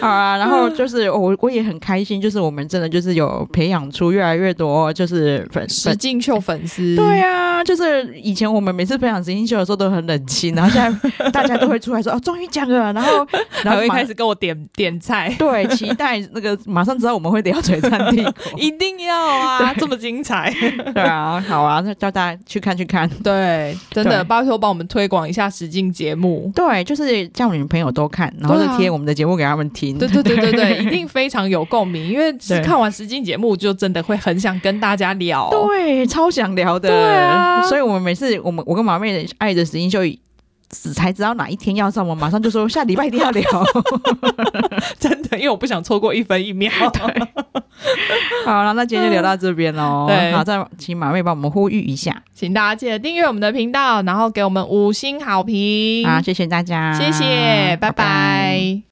Speaker 1: 好啊。然后就是我我也很开心，就是我们真的就是有培养出越来越多就是粉
Speaker 2: 石
Speaker 1: 丝。
Speaker 2: 敬秀粉丝，
Speaker 1: 对啊，就是以前我们每次培养实境秀的时候都很冷清，然后现在大家都会出来说哦，终于讲了，然 后然
Speaker 2: 然
Speaker 1: 后
Speaker 2: 后一
Speaker 1: 马
Speaker 2: 开始跟我点点 菜，
Speaker 1: 对期待那个马上知道我们会聊璀璨帝国，
Speaker 2: 一定要啊，这么精彩，
Speaker 1: 对啊，好啊，那叫大家去看去看。
Speaker 2: 对，真
Speaker 1: 对
Speaker 2: 的，拜托帮我们推广一下实境节目。
Speaker 1: 对，就是叫女朋友都看，然后
Speaker 2: 对
Speaker 1: 就
Speaker 2: 啊
Speaker 1: 贴我们的节目给他们听。
Speaker 2: 对对对 对 对，一定非常有共鸣，因为只
Speaker 1: 对
Speaker 2: 看完实境节目就真的会很想跟大家聊。
Speaker 1: 对，超想聊的。
Speaker 2: 对啊
Speaker 1: 所以我们每次我们我跟马妹的爱的实境秀。只才知道哪一天要上，我马上就说下礼拜一定要聊
Speaker 2: 真的，因为我不想错过一分一 秒。
Speaker 1: 好了，那今天就聊到这边喽。
Speaker 2: 嗯对
Speaker 1: 好，再请马妹帮我们呼吁一下
Speaker 2: 请大家记得订阅我们的频道，然后给我们五星好评。
Speaker 1: 啊，谢谢大家，
Speaker 2: 谢谢，拜拜